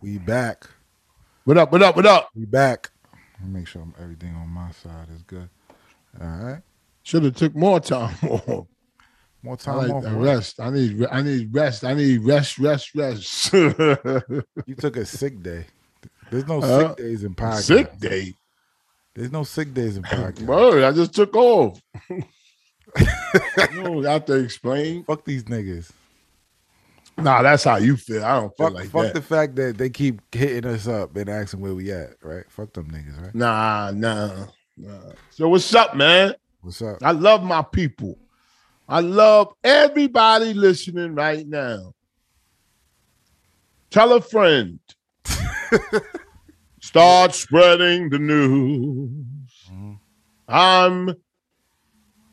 We back. What up? What up? What up? We back. Let me Make sure I'm- everything on my side is good. All right. Should have took more time off. More I time like off. that work. rest. I need. re- I need rest. I need rest. Rest. Rest. You took a sick day. There's no Uh, sick days in podcast. Sick day. There's no sick days in podcast. Word. I just took off. you don't have to explain. Fuck these niggas. Nah, that's how you feel. I don't feel Fuck, like fuck that. the fact that they keep hitting us up and asking where we at, right? Fuck them niggas, right? nah, nah, nah. So what's up, man? What's up? I love my people. I love everybody listening right now. Tell a friend. Start spreading the news. Mhm. I'm.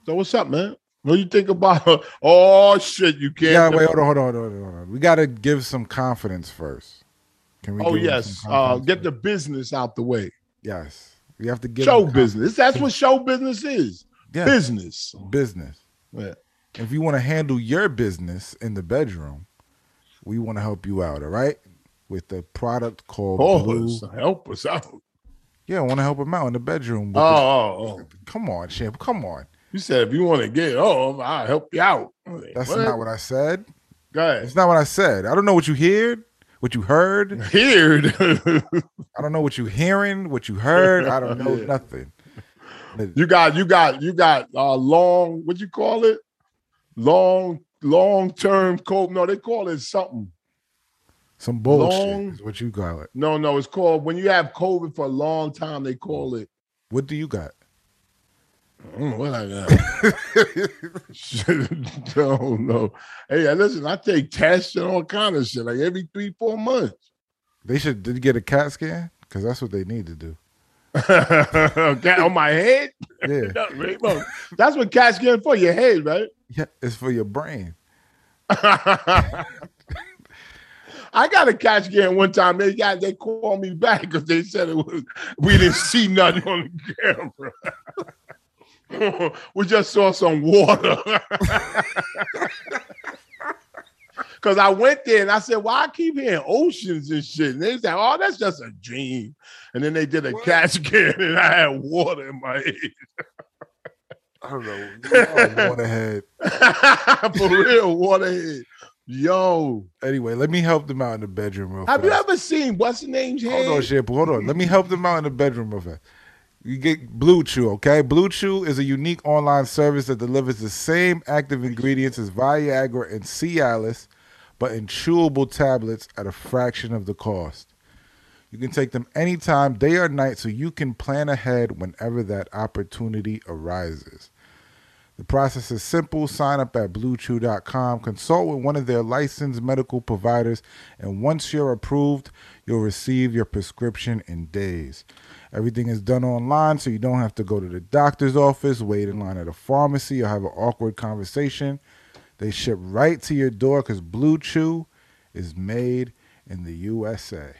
So what's up, man? What do you think about? Oh shit, you can't. Yeah, wait, hold on, hold on, hold on, hold on. We gotta give some confidence first. Can we? oh give them yes, some uh, confidence get first? the business out the way. yes. We have to give show them confidence. business. That's what show business is. Yeah, Oh. Business. business. Yeah. If you want to handle your business in the bedroom, we want to help you out. All right, with the product called Blue. Pause. Oh, Help us out. Yeah, I want to help him out in the bedroom. with Oh, oh, oh. the- come on, champ. Come on. You said if you want to get off, I'll help you out. I'm like, That's not what I said. Go ahead. It's not what I said. I don't know what you heard, what you heard. Heard. I don't know what you hearing, what you heard. I don't know Yeah. nothing. you got you got you got uh long what you call it? Long long term cope. No, they call it something. Some bullshit Long- is what you call it. No, no, it's called when you have COVID for a long time, they call it What do you got? I don't know what I got. don't know. Hey, listen, I take tests and all kind of shit, like every three, four months. They should did you get a CAT scan because that's what they need to do. Cat on my head? Yeah, No, Rainbow. That's what cats getting for your head, right? yeah, it's for your brain. I got a cat scan one time. They got they called me back because they said it was we didn't see nothing on the camera. we just saw some water. Cause I went there and I said, "Well, I keep hearing oceans and shit." And they said, "Oh, that's just a dream." And then they did a What? cat scan and I had water in my head. I don't know. Oh, waterhead. For real, waterhead. Yo, Anyway, let me help them out in the bedroom real have you fast. ever seen what's the name's head? Hold on, Shampoo. Hold on. Let me help them out in the bedroom real fast. You get Blue Chew, okay? Blue Chew is a unique online service that delivers the same active ingredients as Viagra and Cialis, but in chewable tablets at a fraction of the cost. You can take them anytime, day or night, so you can plan ahead whenever that opportunity arises. The process is simple. Sign up at bluechew.com, consult with one of their licensed medical providers, and once you're approved, you'll receive your prescription in days. Everything is done online, so you don't have to go to the doctor's office, wait in line at a pharmacy, or have an awkward conversation. They ship right to your door because Blue Chew is made in the USA.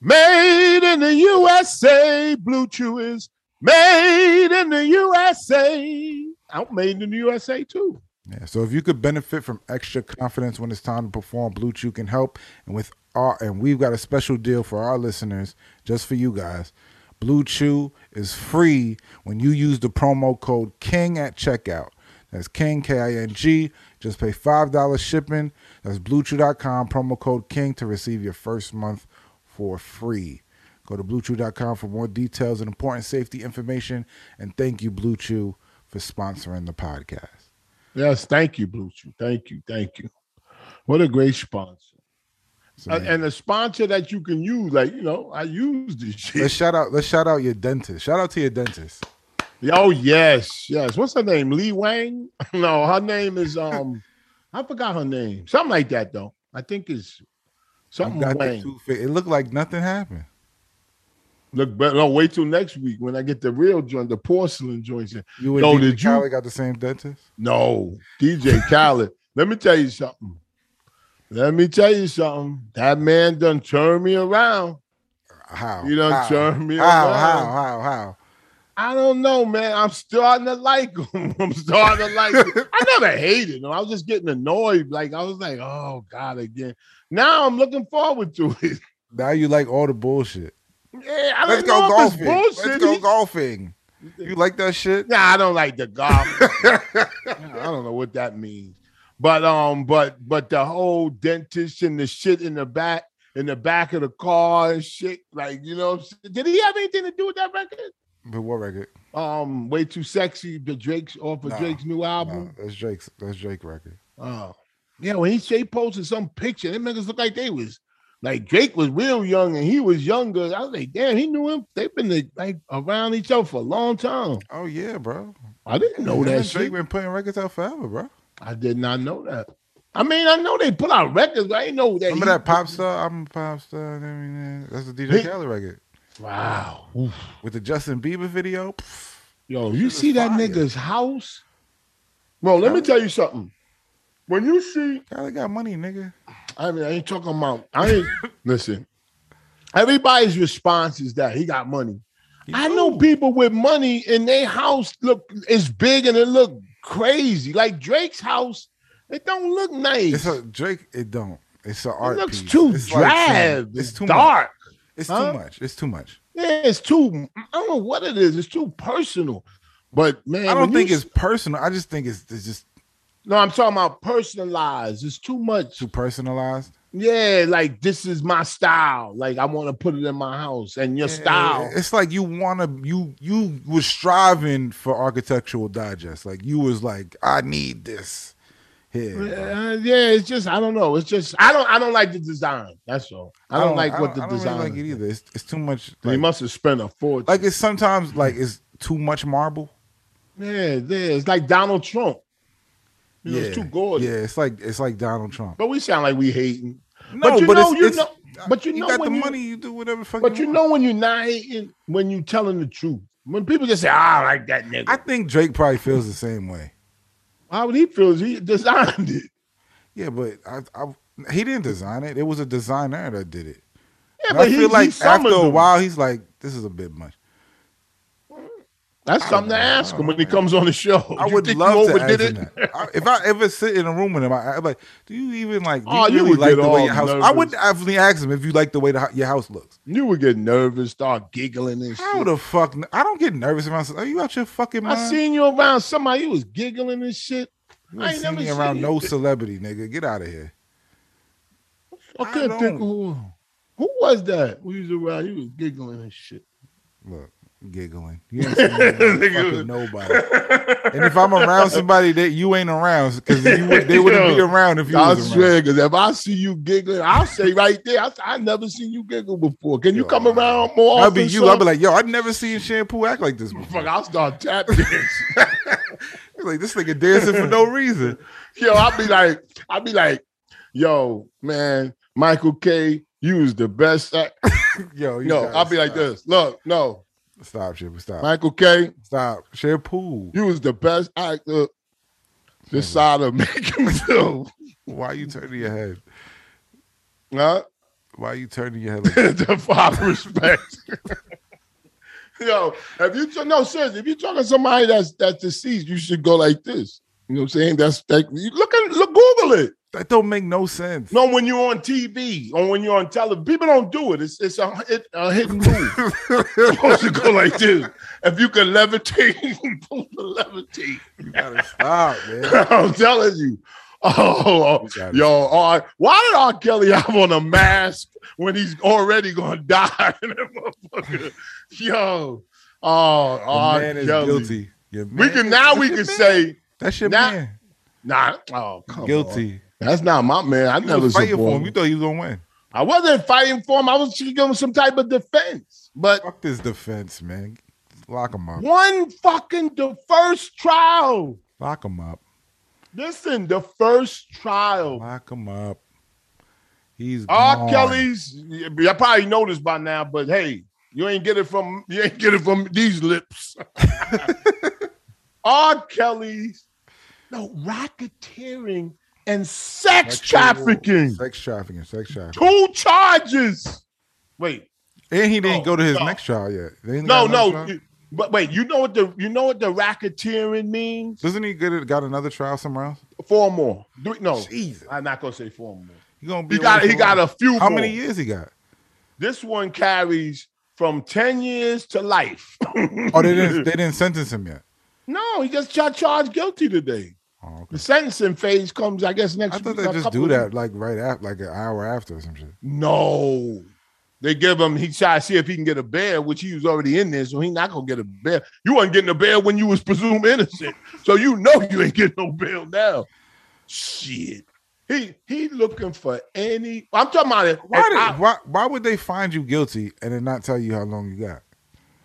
Made in the USA, Blue Chew is made in the USA. Out made in the USA too. Yeah, so if you could benefit from extra confidence when it's time to perform, Blue Chew can help. And with our and we've got a special deal for our listeners, just for you guys. Blue Chew is free when you use the promo code KING at checkout. That's King K I N G. Just pay five dollars shipping. That's BlueChew.com promo code KING to receive your first month for free. Go to BlueChew.com for more details and important safety information. And thank you, Blue Chew, for sponsoring the podcast. Yes, thank you, Blue Chew. Thank you, thank you. What a great sponsor. So, Uh, And- and a sponsor that you can use, like you know, I use this shit. Let's shout out. Let's shout out your dentist. Shout out to your dentist. Oh yes, yes. What's her name? Lee Wang? No, her name is um, I forgot her name. Something like that though. I think it's I've something got the Wang. two fi- It looked like nothing happened. Look, but no, wait till next week when I get the real joint, the porcelain joints. in. You and Yo, DJ did you- Khaled got the same dentist. No, DJ Khaled. Let me tell you something. Let me tell you something. That man done turned me around. How? You done how? turned me how, around. How? How? How? I don't know, man. I'm starting to like him. I'm starting to like him. I never hated him. I was just getting annoyed. Like I was like, oh God, again. Now I'm looking forward to it. Now you like all the bullshit. Yeah, I Let's don't go know if it's golfing. bullshit. Let's go He- golfing. You like that shit? Nah, I don't like the golf. I don't know what that means. But um, but but the whole dentist and the shit in the back in the back of the car and shit, like you know, what I'm saying? did he have anything to do with that record? But what record? Um, way too sexy, the Drake's off of Nah, Drake's new Nah, album. that's Drake's. That's Drake record. Oh, yeah, when he they posted some picture, them niggas look like they was like Drake was real young and he was younger. I was like, damn, he knew him. They've been like around each other for a long time. Oh yeah, bro. I didn't know Him that and Drake shit. been putting records out forever, bro. I did not know that. I mean, I know they put out records, but I didn't know that. Remember he- that pop star? I'm a pop star. I mean, that's the DJ Hey. Khaled record Wow. Oof. with the Justin Bieber video. Pff, Yo, Shit you is see that fire. nigga's house? Bro, let me tell you something. When you see, Khaled got money, nigga. I mean, I ain't talking about, I ain't, listen, everybody's response is that he got money. He I know do. people with money in their house look, it's big and it look crazy. Like Drake's house, it don't look nice. It's a Drake. It don't. It's an art it looks piece. too it's like drab. some- it's it's too Much. dark. It's huh? too much. It's too much. Yeah, it's too. I don't know what it is. It's too personal. But man, I when don't you think s- it's personal. I just think it's, it's just No, I'm talking about personalized. It's too much. too personalized. Yeah, like this is my style. Like I want to put it in my house and your style. It's like you wanna you you was striving for architectural digest. Like you was like, I need this here. bro. Uh, yeah, it's just I don't know. It's just I don't I don't like the design. That's all. I don't, like what the Oh, I don't design. Really like it is. either. It's, it's too much. They Like, must have spent a fortune. like it's Mm. sometimes like it's too much marble. yeah, yeah, it's like Donald Trump. You know, yeah, it's too gorgeous. Yeah, it's like it's like Donald Trump. But we sound like we hating. No, but you know, it's- you it's- know, but you, know got when the you, money. You do whatever. Fucking But you want. know when you're not hating, when you telling the truth. When people just say, "Ah, "I like that nigga," I think Drake probably feels the same way. how would he feel? He designed it. Yeah, but I, I he didn't design it. It was a designer that did it. Yeah, And but I he, feel he like after summoned a him. while, he's like, "This is a bit much." that's I something to don't know. ask I him don't when he know. comes on the show. I You would think love you to ask overdid him it. that. I, if I ever sit in a room with him, I, I'm like, "Do you even like? Do Oh, you you really would like get the way all your house?" I nervous. would definitely ask him if you like the way the, hou- your house looks. You would get nervous, start giggling and How shit. the fuck? I don't get nervous around. Are you out your fucking mind? I seen you around somebody who was giggling and shit. you I ain't seen never me seen around you. no celebrity, nigga. Get out of here. I I couldn't think of don't. who. Who was that? Who was around? He was giggling and shit. Look, giggling. You ain't seen me around fucking nobody. And if I'm around somebody that you ain't around, because they wouldn't be Yo, around if you I was around. swear, because if I see you giggling, I'll say right there, I, I never seen you giggle before. Can you Yo, come man. around more I'll often? be you. son? I'll be like, yo, I've never seen Shampoo act like this Fuck, before. I'll start tap dance. Like this nigga dancing for no reason. yo, I'll be like, I'll be like, yo, man, Michael K, you was the best. At- Yo, you no, gotta I'll be like stop. this. Look, no, Stop, Shampoo. Stop. Michael K, Stop. Shampoo. you was the best actor. This Mm. side of Maconville. Why you turning your head? Huh? Why you turning your head? Like, the five respect. Yo, if you t- no seriously, if you're talking to somebody that's that's deceased, you should go like this. You know what I'm saying? That's that. You look at look, Google it. that don't make no sense. No, when you're on TV or when you're on television, people don't do it. It's it's a, hit a hidden move. You're supposed to go like this. If you can levitate, you're supposed to levitate. You gotta stop, man. I'm telling you. Oh, You got it. yo, R, why did R. Kelly have on a mask when he's already gonna die? That motherfucker. yo, oh, Your R. man is Kelly. guilty. Your We man can is- now that's we your can man. say, that's your Nah, man. nah, oh, come on. guilty. That's not my man. I You never was fighting for supported him. You thought he was gonna win. I wasn't fighting for him. I was giving him some type of defense. But Fuck this defense, man. Lock him up. one fucking the first trial. Lock him up. Listen, the first trial. Lock him up. He's Oh. R. gone. Kelly's. Y'all probably know this by now, but hey, you ain't get it from you ain't get it from these lips. R. Kelly's. No racketeering and sex trafficking. Sex trafficking. Sex trafficking. Two charges. Wait, And he didn't No, go to his no. next trial yet. They ain't no, got another no. trial? you- But wait, you know what the you know what the racketeering means? Doesn't he get it, got another trial somewhere else? Four more. Do, no, Jesus. I'm not gonna say four more. He gonna be He got away he for got long. a few. How more. many years he got? This one carries from 10 years to life. Oh, they didn't they didn't sentence him yet. no, he just got charged guilty today. Oh, okay. The sentencing phase comes, I guess, next I thought week, they a just couple do of that like right after, like an hour after or some shit. No. They give him, he tried to see if he can get a bail, which he was already in there, so he not gonna get a bail. You wasn't getting a bail when you was presumed innocent. So you know you ain't getting no bail now. Shit. He he looking for any I'm talking about it. Why, did, I- why why would they find you guilty and then not tell you how long you got?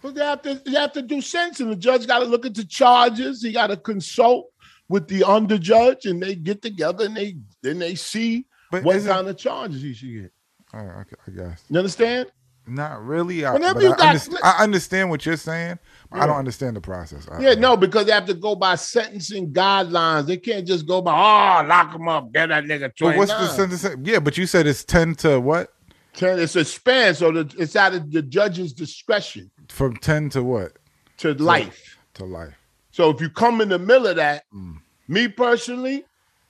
But they have to they have to do sentencing. The judge got to look into charges. He got to consult with the underjudge, and they get together and they then they see But what isn't- kind of charges he should get. All right, okay, I guess You understand? not really. I, Whenever but you I, got- underst- I understand what you're saying. But I Yeah. don't understand the process. I- Yeah, no, because they have to go by sentencing guidelines. They can't just go by oh lock him up, get that nigga But twenty. what's the sentence? Yeah, but you said it's ten to what? It's a span, so the, it's out of the judge's discretion From ten to what? to life. To life. So if you come in the middle of that, Mm. me personally,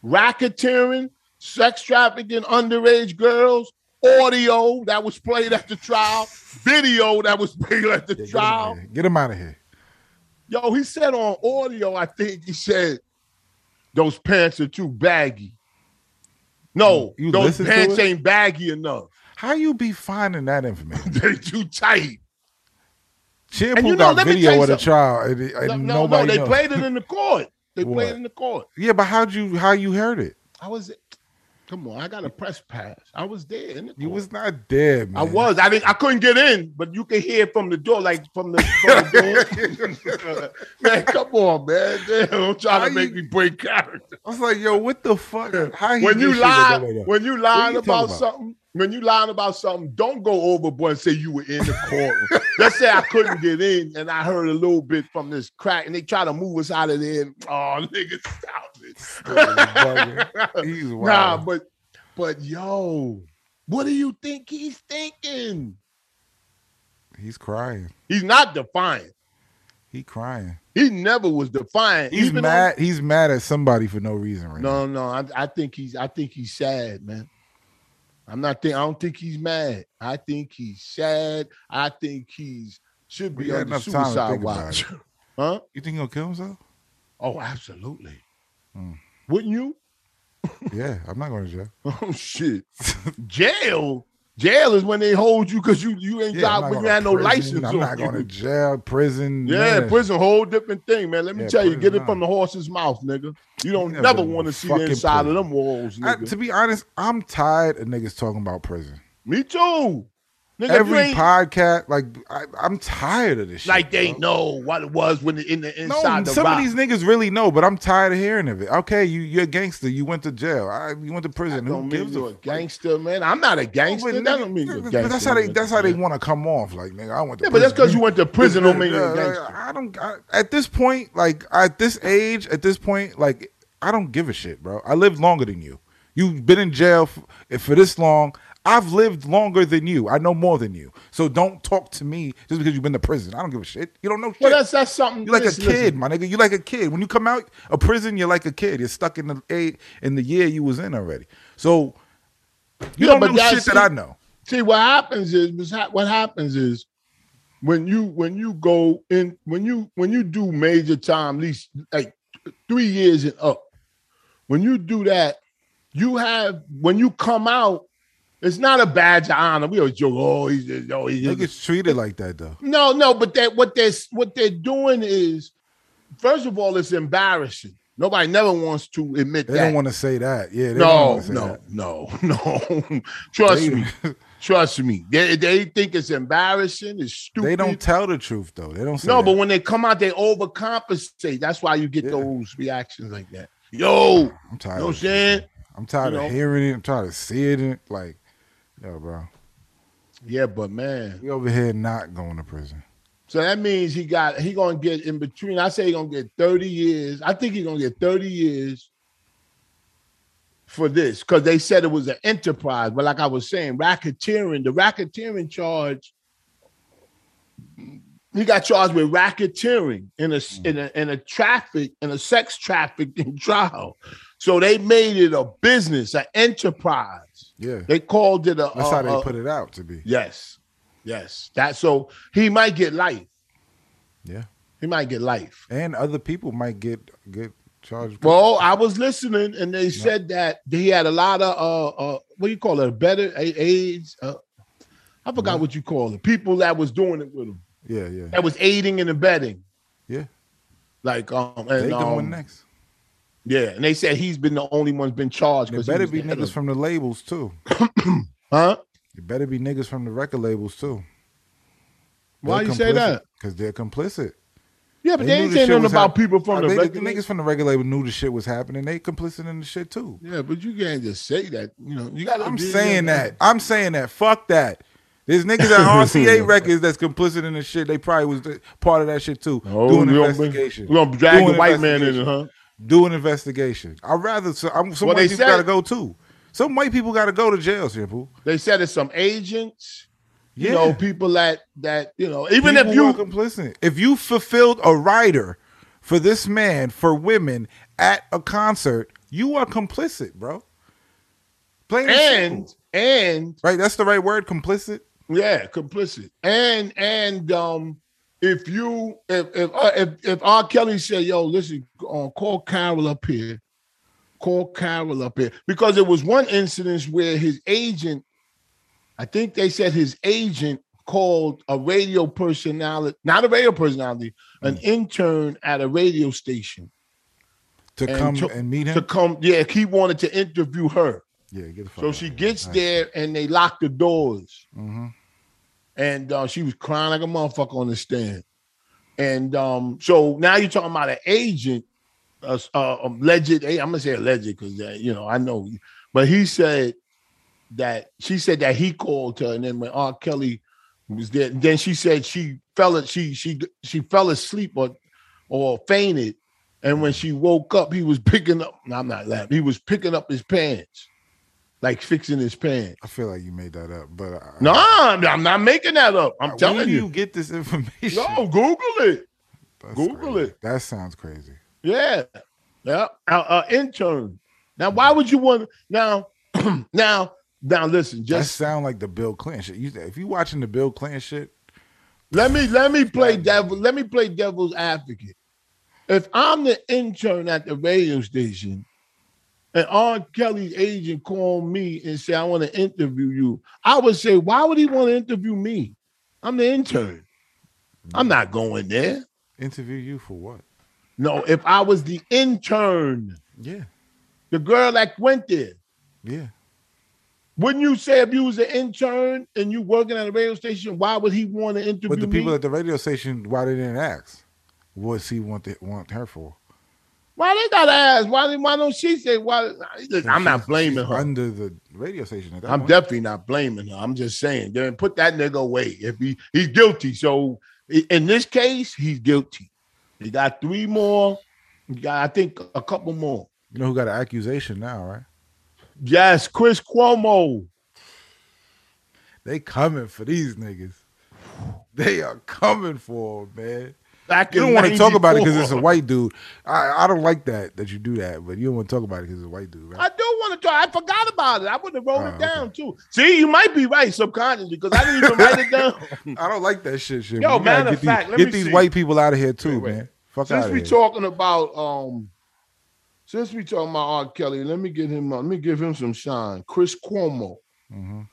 racketeering, sex trafficking, underage girls, audio that was played at the trial, video that was played at the Yeah, get, him out trial. of here. Get him out of here. Yo, he said on audio, I think he said those pants are too baggy. No, You those listen to pants it? ain't baggy enough. How you be finding that information? They too tight. Chia And you pulled know, out let me tell video you of the something. trial, and, and No, no, no, nobody they knows. played it in the court. They What? played it in the court. Yeah, but how'd you how you heard it? I was come on, I got a press pass. I was there in the You court. was not dead, man. I was. I didn't. I couldn't get in, but you could hear from the door, like from the, from the door. man, come on, man. Damn, don't try How to make you- me break character. I was like, yo, what the fuck? How he When do you shit lie, like that? when you lying you talking about, about? something, when you lying about something, don't go overboard and say you were in the courtroom. Let's say I couldn't get in, and I heard a little bit from this crack, and they try to move us out of there. Oh, nigga, stop it. He's wild. Nah, but but yo, what do you think he's thinking? He's crying. He's not defiant. He crying. He never was defiant. He's even mad. he's mad at somebody for no reason right on- no, no. now. I, I think he's. I think he's sad, man. I'm not. Think, I don't think he's mad. I think he's sad. I think he's should We be had on the enough time to suicide think about watch. huh? You think he'll kill himself? Oh, absolutely. Hmm. Wouldn't you? Yeah, I'm not going to jail. Oh shit. jail. Jail is when they hold you because you you ain't Yeah, got I'm not when you going had to no prison. license. I'm on you. not going to jail, prison. none Yeah, of that prison, whole different thing, man. Let me Yeah, tell you, get prison, it from the horse's mouth, nigga. You don't Never never been want to to see the fucking inside prison. of them walls, I- nigga. to be honest, I'm tired of niggas talking about prison. me too, nigga. if you Every ain't, podcast, like I, I'm tired of this shit. like they bro. know what it was when the, in the No, inside the some rock. of these niggas really know, but I'm tired of hearing of it. Okay, you you're a gangster. You went to jail. I, you went to prison. That Who don't mean gives a you a fuck? gangster, man. I'm not a gangster. That But nigga- don't mean you're a but gangster. that's how they man. that's how they want to come off. Like nigga, I went to Yeah, but that's because you prison. went to prison don't mean Yeah, you're a like, gangster. I don't. I, at this point, like at this age, at this point, like I don't give a shit, bro. I lived longer than you. You've been in jail for, for this long. I've lived longer than you. I know more than you. So don't talk to me just because you've been to prison. I don't give a shit. You don't know shit. Well, that's that's something. You're like listen, a kid, listen. my nigga. You're like a kid. When you come out of prison, you're like a kid. You're stuck in the eight in the year you was in already. So you Yeah, don't but know that's shit that it. I know. See what happens is was hap- what happens is when you when you go in when you when you do major time, at least like three years and up. When you do that, you have when you come out, it's not a badge of honor. We always joke, oh, he's just, oh, he's just. Niggas treated like that though. No, no, but that what they're what they're doing is, first of all, it's embarrassing. Nobody never wants to admit They that. don't want to say that. Yeah, they don't no, wanna say no, that. no, no. Trust They- me. Trust me. They they think it's embarrassing. It's stupid. They don't tell the truth though. They don't say no, that. but when they come out, they overcompensate. That's why you get Yeah. those reactions like that. Yo, I'm you tired. know of what I'm it. saying? I'm tired you of know? hearing it. I'm tired of seeing it. Like, yo, bro, Yeah, but man. we over here not going to prison. So that means he got he gonna get in between. I say he gonna get 30 years. I think he gonna get 30 years for this because they said it was an enterprise. But like I was saying, racketeering, the racketeering charge. He got charged with racketeering in a Mm. in a in a traffic in a sex trafficking trial. So they made it a business, an enterprise. Yeah. They called it a. That's a- how they a- put it out to be. Yes, yes. That so he might get life. Yeah. He might get life. And other people might get get charged. Well, I was listening, and they said that he had a lot of uh, uh what do you call it? Better a- aides. Uh, I forgot what you call it. People that was doing it with him, yeah, yeah. that was aiding and abetting. Yeah. Like um, and, They going um, next. yeah, and they said he's been the only one's been charged. There 'cause he better was be the hitter. niggas from the labels too. huh? There better be niggas from the record labels too. Why you say that? Because they're complicit. Yeah, but they, knew ain't the saying shit nothing was about hap- people from the they, record. niggas from the record label knew the shit was happening. They complicit in the shit too. Yeah, but you can't just say that. You know, you got. I'm saying that. I'm saying that. Fuck that. There's niggas at RCA Records that's complicit in the shit. They probably was th- part of that shit too. Oh, Do an we gonna- investigation. We gonna drag Do the an white man in, investigation. it, huh? Do an investigation. I'd rather so, I'm, some Well, white they people said- gotta go too. Some white people gotta go to jail, simple. They said it's some agents. You Yeah. know, people that that you know. Even People if you were complicit, if you fulfilled a rider for this man for women at a concert, you are complicit, bro. Plain and, and simple. and right, that's the right word, complicit. yeah, complicit. And and um, if you if if uh, if, if R. Kelly said, "Yo, listen, uh, call Carol up here." Call Carol up here because there was one incident where his agent, I think they said his agent called a radio personality, not a radio personality, an intern at a radio station. To And come to- and meet him. to come. Yeah, he wanted to interview her. yeah, get the fuck So she gets there and they lock the doors. hmm And uh, she was crying like a motherfucker on the stand. And um, so now you're talking about an agent, uh, uh, alleged, I'm going to say alleged because, you know, I know. But he said that, she said that he called her. And then when R. Kelly was there, then she said she fell, she, she, she fell asleep or, or fainted. And when she woke up, he was picking up, no, I'm not laughing, he was picking up his pants, like fixing his pants. I feel like you made that up, but I, No, I'm, I'm not making that up. I'm where telling do you. you get this information? No, Google it. That's Google crazy. it. That sounds crazy. Yeah, yeah. Our, our intern. Now, why would you want? Now, now, now. Listen, That just sound like the Bill Clinton shit. You, if you watching the Bill Clinton shit, let me let me play Goddamn. devil. Let me play devil's advocate. If I'm the intern at the radio station, and R. Kelly's agent called me and said, "I want to interview you," I would say, "Why would he want to interview me? I'm the intern. I'm not going there." interview you for what? No, if I was the intern, Yeah, the girl that went there, yeah. wouldn't you say if you was an intern and you working at a radio station, why would he want to interview But the people me? at the radio station, why they didn't ask? What's he want the, want her for? why they gotta ask? Why why don't she say? Why? Listen, I'm not She's- blaming she's her. Under the radio station at that Uh-huh. I'm point. definitely not blaming her. I'm just saying, then put that nigga away. If he he's guilty, so i- in this case, he's guilty. He got three more. He got, I think, a couple more. you know who got an accusation now, right? Yes, Chris Cuomo. They coming for these niggas. They are coming for 'em, man. Back You in don't want to talk about it because it's a 94. white dude. I, I don't like that that you do that, but you don't want to talk about it because it's a white dude, I right? do want to talk. I forgot about it. I would have wrote Oh, it down too. See, you might be right subconsciously because I didn't even write it down. I don't like that shit. shit. Yo, You gotta matter of get these, fact, let get me these see. white people out of here too, Wait, wait. man. Fuck Since outta we here. talking about um, since we talking about R. Kelly, let me get him. uh, Let me give him some shine. Chris Cuomo, Mhm.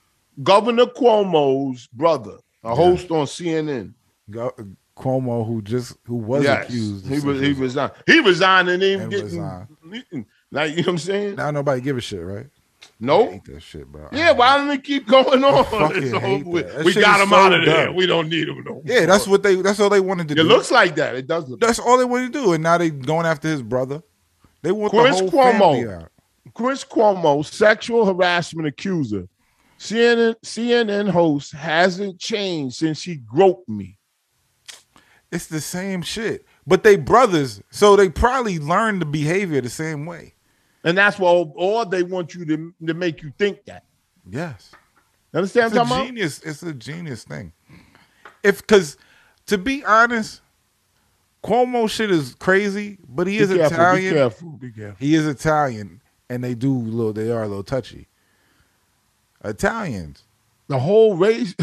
Governor Cuomo's brother, a Yeah. host on CNN. Go- uh, Cuomo, who just who was Yes, accused, of he was. He something. resigned. He resigned and even And getting. Like you know what I'm saying? Now nobody give a shit, right? I No. hate that shit, bro. Yeah, why didn't it keep going on? fucking It's over hate with. that. That We shit got is him so out of there. dumb. We don't need him no. Yeah, that's what they. That's all they wanted to It do. looks like that. It does look. that's all they wanted to do, and now they going after his brother. They want Chris the whole Cuomo. family out. Chris Cuomo, sexual harassment accuser. CNN CNN host hasn't changed since she groped me. It's the same shit, but they brothers, so they probably learned the behavior the same way. And that's why all, all they want you to, to make you think that. Yes, You understand it's what a I'm talking about? genius. It's a genius thing. If because to be honest, Cuomo shit is crazy, but he is be careful, Be Italian. careful, be careful. He is Italian, and they do little. They are a little touchy. Italians. The whole race.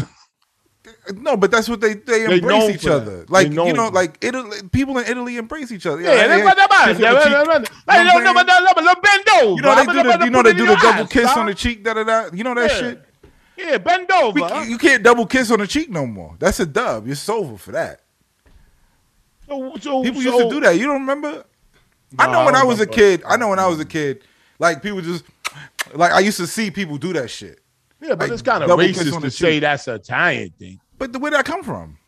No, but that's what they they, They embrace known each for that. other. Like They known you know, for that. like Italy, people in Italy embrace each other. Yeah, they- that's what that is. kiss on Yeah, the that's cheek. what that is. Hey, You no, know no, what but no, no, but no, bend over. You know they I'm do gonna- the, I'm you know gonna they put do it the in your double eyes, kiss on dog. the cheek, da da da. You know that Yeah. shit. Yeah, bend over. We, you can't double kiss on the cheek no more. That's a dub. It's over for that. So- so- People so- used to do that. You don't remember? I No, know I when I, don't was a remember. kid. I know when I was a kid. Like people just like I used to see people do that shit. Yeah, but like, it's kind of double kiss on racist to the say cheek. that's an Italian thing. But the, where did that come from?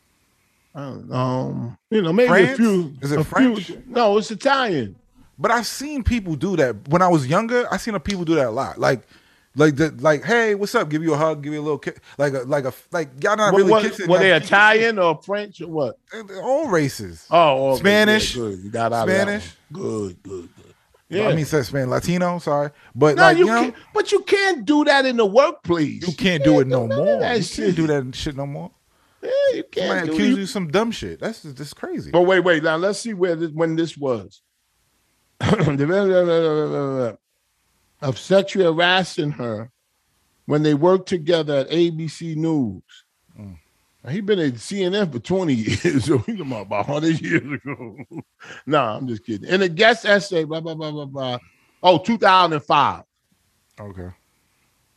I don't know. Um, you know, maybe a France? few. Is it a few- French? no, it's Italian. But I've seen people do that when I was younger. I seen people do that a lot. Like, like the like, hey, what's up? Give you a hug, give you a little kiss, like a like a like y'all not What- really what- kissing. were they like, Italian or French or what? All races. Oh, okay, Spanish. yeah, good. You got out of that Spanish. one. Good, good, good. Yeah. I mean, says man, Latino. Sorry, but no, like you, you know, can't, but you can't do that in the workplace. you can't do it no none of more. You that can't shit. do that shit no more. Yeah, you can't Somebody do accuse you you- of some dumb shit. That's just, that's crazy. But wait, wait. Now let's see where this, when this was. of sexually harassing her when they worked together at ABC News. Now, He been at CNN for 20 years, so he's about 100 years ago. nah, I'm just kidding. In a guest essay, blah, blah, blah, blah, blah. Oh, 2005. Okay,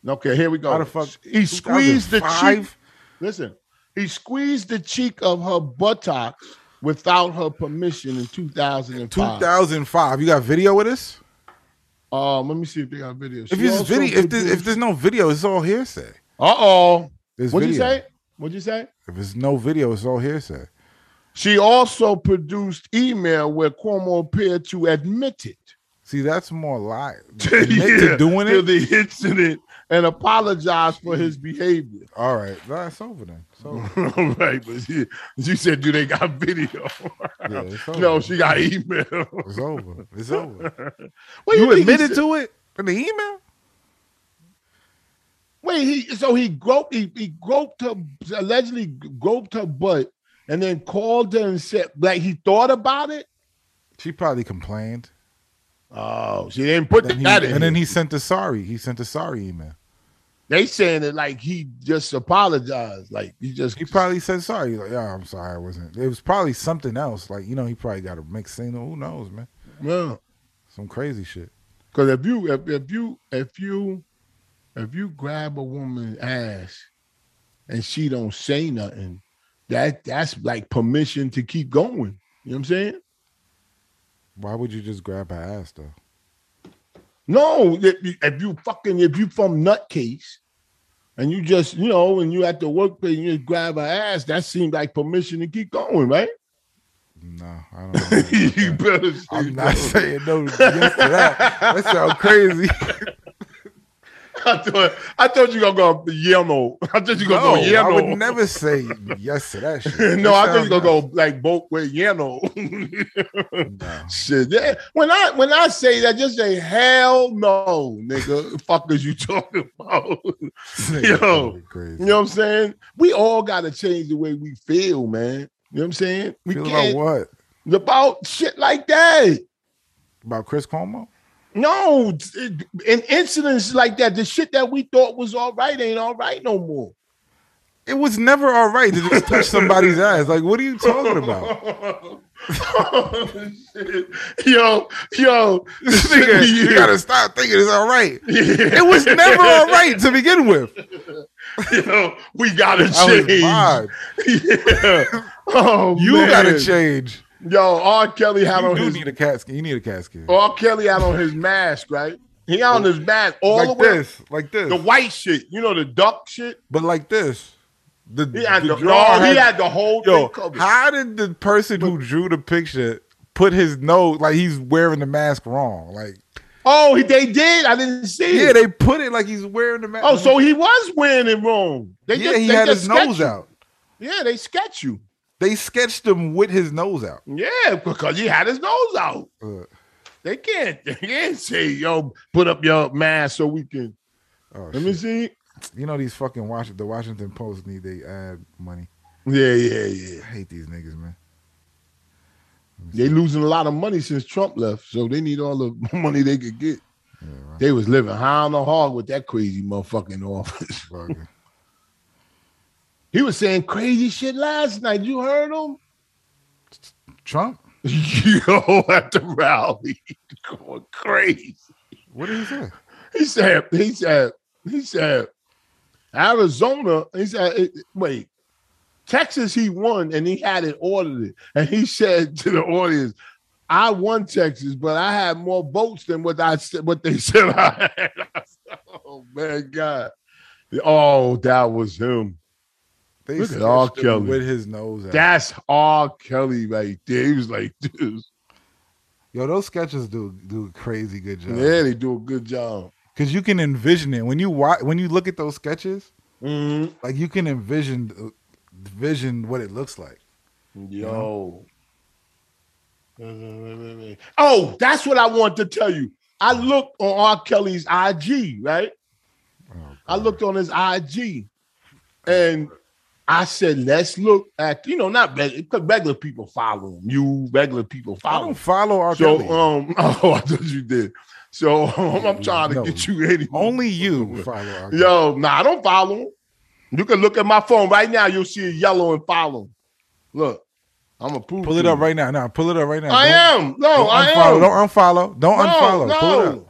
Okay, here we go. How the fuck- He squeezed the cheek. 2005? Listen, he squeezed the cheek of her buttocks without her permission in 2005. two thousand five. You got video with this? Um, let me see if they got video. If it's video, if there's, if there's no video, it's all hearsay. uh oh, There's what'd video. you say? What'd you say? If there's no video, it's all hearsay. She also produced email where Cuomo appeared to admit it. See, that's more lie. Admit to doing to it. the incident and apologized for his behavior. All right, well, that's over then. It's over. right, but she, you said, do they got video? Yeah, it's over. no, she got email. It's over. It's over. What you think he admitted said? to it in the email? Wait, he so he groped he, he groped her allegedly groped her butt and then called her and said like he thought about it. She probably complained. Oh, she didn't put Then he- that in. and then it. he sent the sorry. He sent the sorry email. they saying it like he just apologized, like he just He probably said sorry. He's like, yeah, I'm sorry, I wasn't. It was probably something else. Like, you know, he probably got a mixed signal. Who knows, man? because Some crazy shit. if you if, if you if you if you grab a woman's ass and she don't say nothing, that that's like permission to keep going. You know what I'm saying? Why would you just grab her ass though? No, if you, if you fucking if you from nutcase, and you just you know when you at the workplace you just grab her ass, that seemed like permission to keep going, right? No, I don't. Know you better. say I'm no. not saying no yes to that. That sounds crazy. I thought I thought you gonna go yell no. I thought you gonna go No, yell I no. would never say yes to that shit. no, I That thought you sounds gonna go like both way yeah no. nuts. No. Shit, that- when I when I say that, just say hell no, nigga. Fuck is you talking about? Nigga, Yo. fucking crazy. You know what I'm saying? We all gotta change the way we feel, man. You know what I'm saying? We Feel about can't what? about shit like that. About Chris Cuomo? No, it- in incidents like that, the shit that we thought was all right ain't all right no more. It was never all right to just touch somebody's ass. Like, what are you talking about? Shit. yo, yo, This nigga, you gotta stop thinking it's all right. It was never all right to begin with. yo, we gotta I was lied. change. Yeah. Oh, You man. gotta change. Yo, R. Kelly had You on do his need a casket. You need a casket. R. Kelly had on his mask, right? He had on his mask all the like way. this, like this, The white shit, you know, the duck shit. but like this. The, He had the the, no, drawer he had the whole Yo, thing covered. how did the person who drew the picture put his nose like he's wearing the mask wrong? Like, Oh, he- they did. I didn't see yeah, it. they put it like he's wearing the mask. oh, so he was wearing it wrong. They yeah, just, he they had just his sketch nose you. out. Yeah, they sketch you. They sketched him with his nose out. Yeah, because he had his nose out. Uh, They can't. They can't say, "Yo, put up your mask so we can." oh, Let me shit. see. You know these fucking Wash the Washington Post need they ad money. Yeah, yeah, yeah. I hate these niggas, man. They losing a lot of money since Trump left, so they need all the money they could get. Yeah, right. They was living high on the hog with that crazy motherfucking office. Bugging. He was saying crazy shit last night. You heard him? Trump? Yo, at the rally, going crazy. What did he say? He said, he said, he said, Arizona, he said, eh, eh, wait, Texas, he won and he had it audited. And he said to the audience, I won Texas, but I had more votes than what I said, what they said I had. I said, oh, man, God. Oh, that was him. They Look at R. snitched him Kelly. with his nose out. That's R. Kelly right there. He was like, dude, Yo, those sketches do do a crazy good job. yeah, they do a good job. Cause you can envision it when you watch when you look at those sketches. Mhm. Like you can envision vision what it looks like. Yo. Oh, that's what I want to tell you. I looked on R. Kelly's IG, right? Oh, I looked on his IG and I said, let's look at, you know, not regular, because regular people follow him. You regular people I follow don't him. follow R. So, Kelly. um, oh, I thought you did. So, um, I'm trying to No. get you any. Only you follow R. Kelly. Yo, nah, I don't follow him. You can look at my phone right now. You'll see a yellow and follow him. Look, I'm a prove Pull it to up you. right now. Nah, pull it up right now. I Don't- am. No, Don't I unfollow. am. Don't unfollow. Don't no, unfollow. Pull it up. no,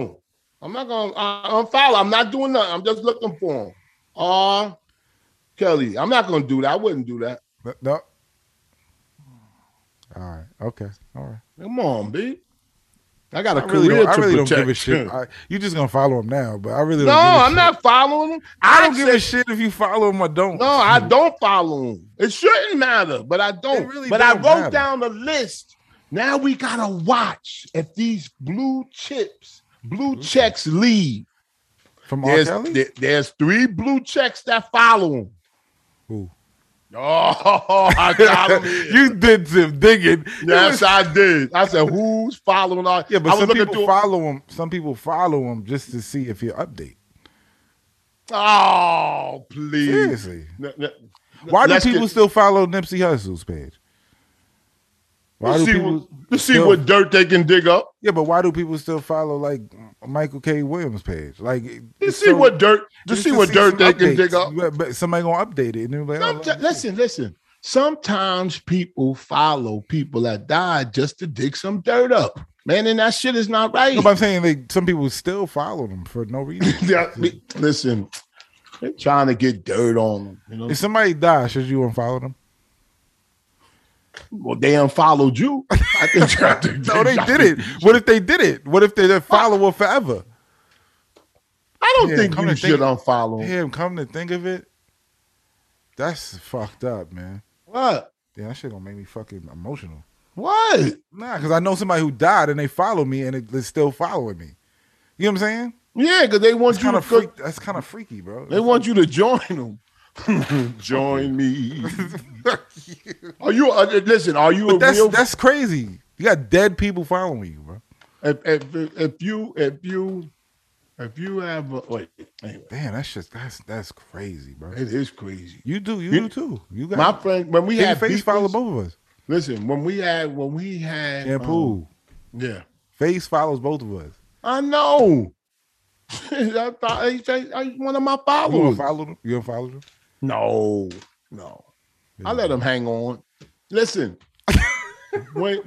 no. I'm not gonna uh, unfollow. I'm not doing nothing. I'm just looking for him. R. Kelly. I'm not gonna do that. I wouldn't do that. No, no. All right. Okay. All right. Come on, B. I got a I really career don't. I to really don't protect. give a shit. I, you just gonna follow him now, but I really no, don't. give a I'm shit. not following him. I don't said- give a shit if you follow him or don't. No, I don't follow him. It shouldn't matter, but I don't. It really but I don't wrote matter. down a list. Now we gotta watch if these blue chips, Mm-hmm. blue checks leave. From R. There's, Kelly. there- there's three blue checks that follow him. Who? Oh, I got him. here. you did some digging. You yes, was- I did. I said, who's following? Our, yeah, I but was some looking people follow him. Some people follow him just to see if he'll update. Oh, please. Seriously. N- n- Why do let's people get- still follow Nipsey Hussle's page? Why let's do see, people? what, let's see still- what dirt they can dig up. Yeah, but why do people still follow like Michael K. Williams' page? Like, Let's it's see so- what dirt. Let's just see to what dirt some they can updates. dig up. But- But somebody gonna update it and they'll be like, oh, Someti- let me see. listen, listen. Sometimes people follow people that died just to dig some dirt up. Man, and that shit is not right. No, but I'm saying they some people still follow them for no reason. Yeah, li- listen, they're trying to get dirt on them. You know, if somebody dies, should you unfollow them? well, they unfollowed you. I think tried to- No, they tried did to- it. What if they did it? What if they're their follower forever? I don't Yeah, think come you to should think- unfollow them. Damn, come to think of it, that's fucked up, man. What? Yeah, that shit gonna make me fucking emotional. What? Nah, because I know somebody who died and they follow me and it, it's still following me. You know what I'm saying? Yeah, because they want That's you kind to of cook. freak. That's kind of freaky, bro. They want you to join them. join me. Are you? Uh, listen, are you a But that's real? that's crazy. You got dead people following you, bro. if, if, if you if you if you have a, wait, anyway, Damn, that's just that's that's crazy, bro. it is crazy. You do, you, You- do too. You got My friend, when we Big had face beef, follow both of us. listen, when we had when we had And um, Pooh. yeah, Face follows both of us. I know. I thought he's he's one of my You don't followers. follow them? You don't follow them? No, no. I let him hang on. Listen, when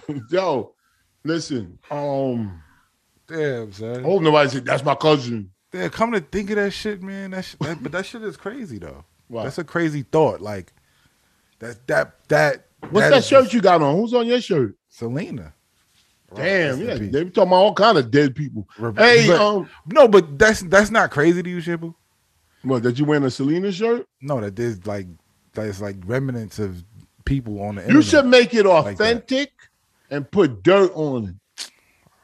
yo, listen. Um, Damn, son. oh nobody said that's my cousin. Damn, come to think of that shit, man. That, shit, that but that shit is crazy though. Wow. That's a crazy thought. Like that that that What's that, is shirt you got on? Who's on your shirt? Selena. Damn, yeah, Rest in they be talking about all kind of dead people. Rep- Hey, but- um, No, but that's that's not crazy to you, Shibu. what did you wearing a Selena shirt? No, that there's like that's like remnants of people on the You internet. should make it Like that. authentic and put dirt on it.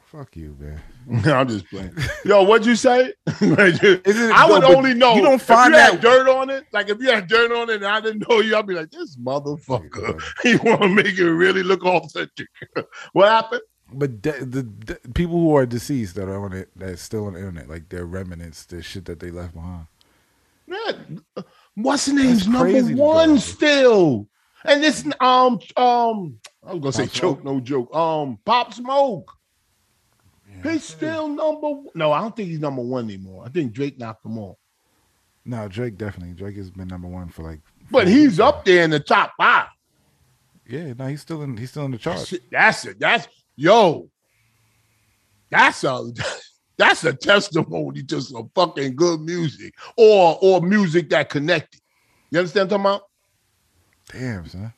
fuck you, man. No, I'm just playing. Yo, what'd you say? Isn't it- I would no, but only know you don't if find you had that- dirt on it. Like if you had dirt on it and I didn't know you, I'd be like, this motherfucker. He want to make it really look authentic. what happened? But de- the de- people who are deceased that are on it, that's still on the internet, like their remnants, the shit that they left behind. Man, what's his name's That's number crazy to one go. still? And this um um I was gonna say Pop choke, Smoke? no joke. Um, pop smoke. Yeah, He's still number. one. No, I don't think he's number one anymore. I think Drake knocked him off. No, Drake definitely. Drake has been number one for like. But he's up there in the top five. Yeah, no, he's still in. He's still in the That's charts. it. That's it. That's yo. That's a that's a testimony to some fucking good music or or music that connected. You understand what I'm talking about? Damn, son.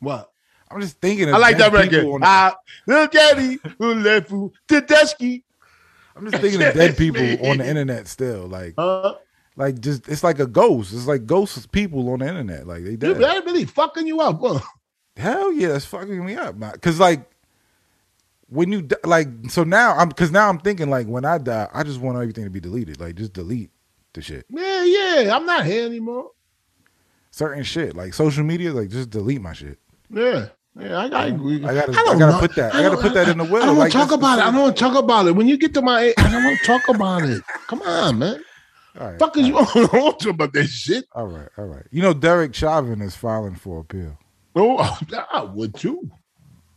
What? I'm just thinking. Of I like that dead record. Ah. people on- I look at it, who left who Tedeschi. I'm just thinking of dead It's people me. on the internet still. Like, Huh? like just it's like a ghost. It's like ghosts people on the internet. Like they You dead. that really fucking you up. huh? Hell yeah, it's fucking me up. man. Cause like when you di- like so now I'm cause now I'm thinking like when I die, I just want everything to be deleted. Like just delete the shit. Yeah, yeah. I'm not here anymore. Certain shit. Like social media, like just delete my shit. Yeah. Yeah, I, I agree. I gotta I, don't gotta know. put that. I, gotta don't- put that in the will. I don't want like, to talk that's the about it. I shit. don't want to talk about it. When you get to my age, I don't want to talk about it. Come on, man. All right, Fuck is you I don't want to talk about that shit? all right, all right. You know Derek Chauvin is filing for appeal. Oh, I would too.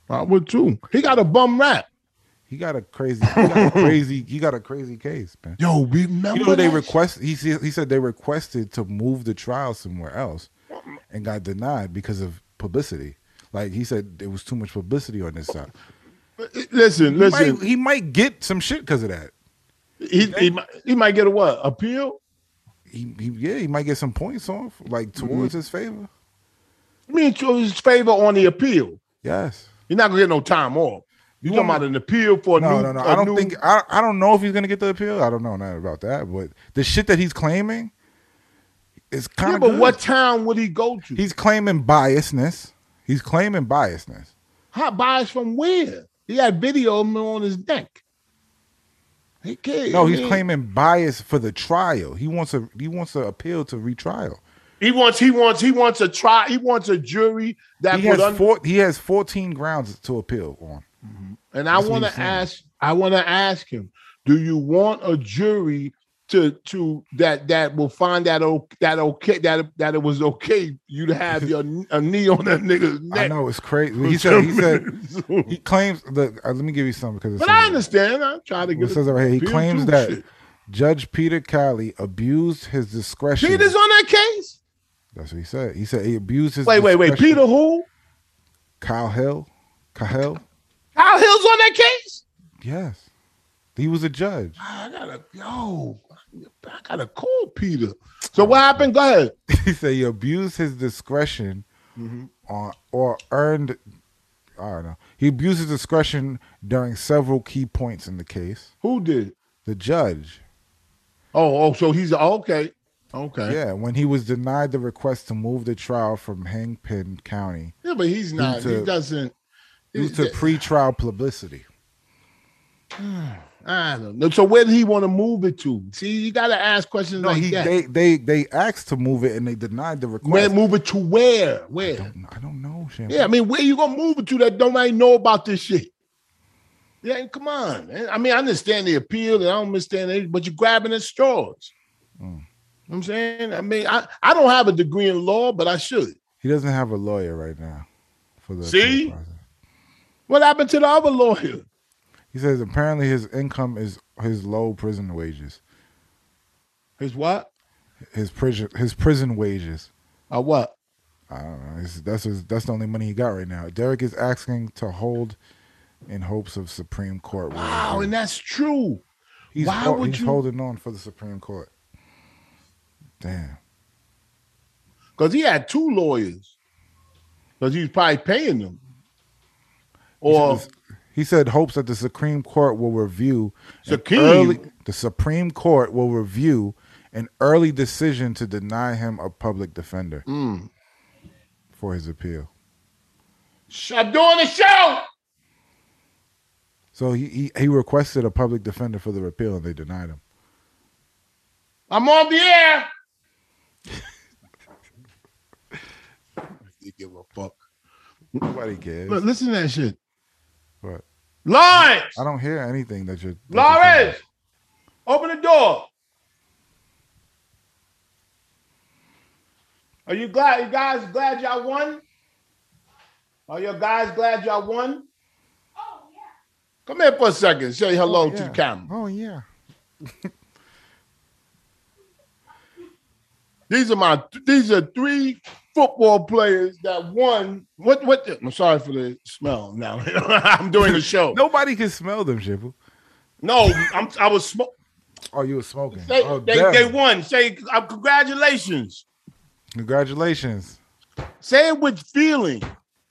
I would too. He got a bum rap. He got a crazy, he got a crazy, he got a crazy case, man. Yo, remember You know they that request. He said- he said they requested to move the trial somewhere else, and got denied because of publicity. Like he said, there was too much publicity on this side. shit? Listen, He might, listen. he might get some shit because of that. He, he, might, he might get a what? Appeal? He, he yeah, he might get some points off, like Mm-hmm. towards his favor. Me and you his favor on the appeal. Yes. You're not gonna get no time off. You You talking want- about an appeal for a No, new? no, no. a I don't new- think I, I don't know if he's gonna get the appeal. I don't know nothing about that, but the shit that he's claiming is kind Yeah, of. but what town would he go to? he's claiming biasness. He's claiming biasness. Hot bias from where? He had video of him on his neck. He can't. No, he's he- claiming bias for the trial. He wants a he wants an appeal to retrial. He wants. He wants. He wants a try. He wants a jury that He would. has Un- four, he has fourteen grounds to appeal on. and I that's what want he's to saying. ask. I want to ask him. Do you want a jury to to that that will find that o- that okay that that it was okay you to have your a knee on that nigga's neck? I know it's crazy. for He said he two said minutes. he claims. Look, uh, let me give you something because it But says I it. understand. I try to It get. says it right here. He appeal claims too, that shit. Judge Peter Cowley abused his discretion. Peter's on that case. That's what he said. He said he abused his. Wait, wait, wait. discretion. Peter who? Kyle Hill. Kyle Hill. Kyle Hill's on that case. Yes, he was a judge. I gotta yo. I gotta call Peter. So what happened? Go ahead. he said he abused his discretion on or earned I don't know. He abused his discretion during several key points in the case. Who did? The judge, Oh, oh. So he's okay. Okay. Yeah, yeah, when he was denied the request to move the trial from Hangpin County but he's not. to- he doesn't. due he- to pretrial publicity. I don't know. So where did he want to move it to? See, you gotta ask questions No, like he that. they they they asked to move it and they denied the where request. move it to where? Where? I don't know, Shampoo. Yeah, I mean, where you gonna move it to that don't I know about this shit? Yeah, and come on. man. I mean, I understand the appeal and I don't understand it, but you're grabbing at straws. Mm. You know what I'm saying, I mean, I, I don't have a degree in law, but I should. He doesn't have a lawyer right now for the See? appeal process. What happened to the other lawyer? He says apparently his income is his low prison wages. His what? his prison his prison wages. Or what? I don't know. It's, that's his, that's the only money he got right now. Derek is asking to hold in hopes of Supreme Court. ruling. Wow, and that's true. he's, why hol- would he's you- holding on for the Supreme Court. Damn. Because he had two lawyers. Because he was probably paying them. Or He said hopes that the Supreme Court will review an Supreme? early the Supreme Court will review an early decision to deny him a public defender mm. for his appeal. "Shh, I'm doing the show. So he, he he requested a public defender for the appeal and they denied him. I'm on the air. you give a fuck. Nobody cares. Look, listen to that shit. What? Lawrence, I don't hear anything that you're. that you're saying. Lawrence, open the door. Are you glad? You guys glad y'all won? Are you guys glad y'all won? Oh, yeah. Come here for a second. Say hello to the camera. Oh yeah. These are my these are three football players that won. What what? The, I'm sorry for the smell. Now I'm doing the show. no, Nobody can smell them, Jibble. I'm, I was smoking. Oh, you were smoking. They, oh, they, damn. they won. Say uh, congratulations. Congratulations. Say it with feeling.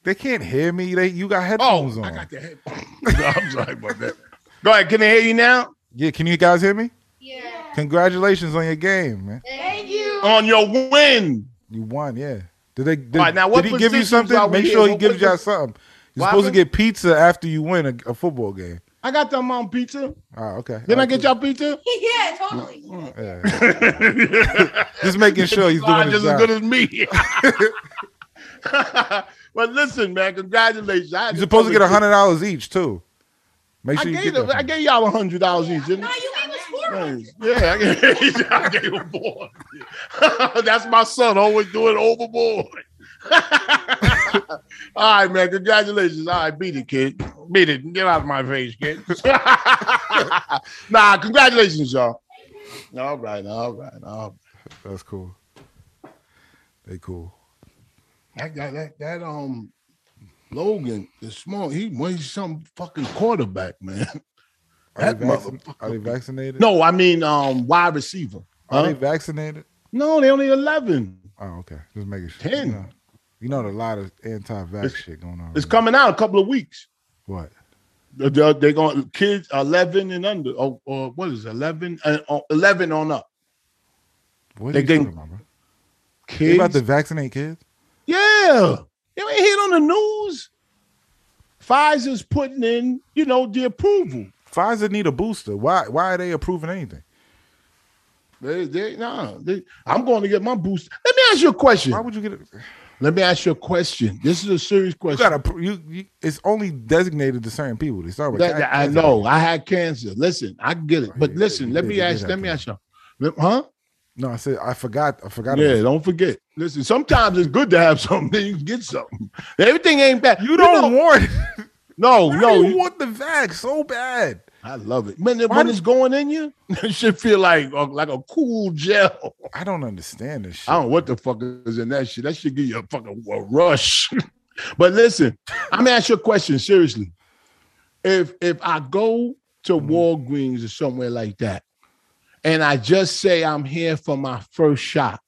They can't hear me. They you got Oh, headphones I on. got the head. I'm sorry about that. Go ahead. Can they hear you now? yeah, can you guys hear me? Yeah. Congratulations on your game, man. Thank you. On your win. You won, yeah. Did they did, All right, now what did he give you positions are something? we Make in? sure he What- gives what- y'all something. You're What supposed to happened? get pizza after you win a, a football game. I got them on pizza. Ah, okay. Didn't I Alright, get y'all pizza? yeah, totally. cool. Yeah. Just making sure he's doing Fine, his just as job. good as me. but listen, man, congratulations. I had You're supposed to get public- hundred dollars each too. Make I sure you gave, get them- that. I gave y'all a hundred dollars each, didn't No, I? you gave us four. Nice. Yeah, I gave, I gave a boy. That's my son, always doing overboard. All right, man. Congratulations. All right, beat it, kid. Beat it. Get out of my face, kid. nah, congratulations, y'all. All right, all right, all That's cool. They cool. right. That, that, that, that um Logan this morning, he was some fucking quarterback, man. Are That they, vaccin- motherfucker. are they vaccinated? No, I mean um wide receiver. Are they Huh? vaccinated? No, they only eleven. Oh, okay. Just making sure. Ten. You know, you know there's a lot of anti-vax It's- shit going on. It's right coming out in a couple of weeks. now. What? They're, they're going kids 11 and under, or, or what is it, 11 and uh, 11 on up. What They are you getting- talking about, bro? They Kids, about to vaccinate kids? yeah, you ain't hit on the news. Pfizer's putting in, you know, the approval. Pfizer need a booster. Why? Why are they approving anything? They, they, nah, they- I'm going to get my boost. Let me ask you a question. Why would you get it? Let me ask you a question. This is a serious You question. got to. You, you, it's only designated to certain people. They start with. That- ca- that- I cancer. know I had cancer. Listen, I get it, Oh, but yeah, listen, you let did, me you did ask. have Let me ask cancer. you, Let- huh? No, I said I forgot. I forgot. Yeah, About don't forget. Listen, sometimes it's good to have something. Then you can get something. Everything ain't bad. it. You don't know- want. No, No, no. you you- want the vax so bad. I love it. When, Why when do- it's going in you, it should feel like a, like a cool gel. I don't understand this shit. I don't know what the fuck is in that shit. That should give you a fucking a rush. but listen, I'm gonna ask you a question seriously. If if I go to Walgreens or somewhere like that, and I just say I'm here for my first shot,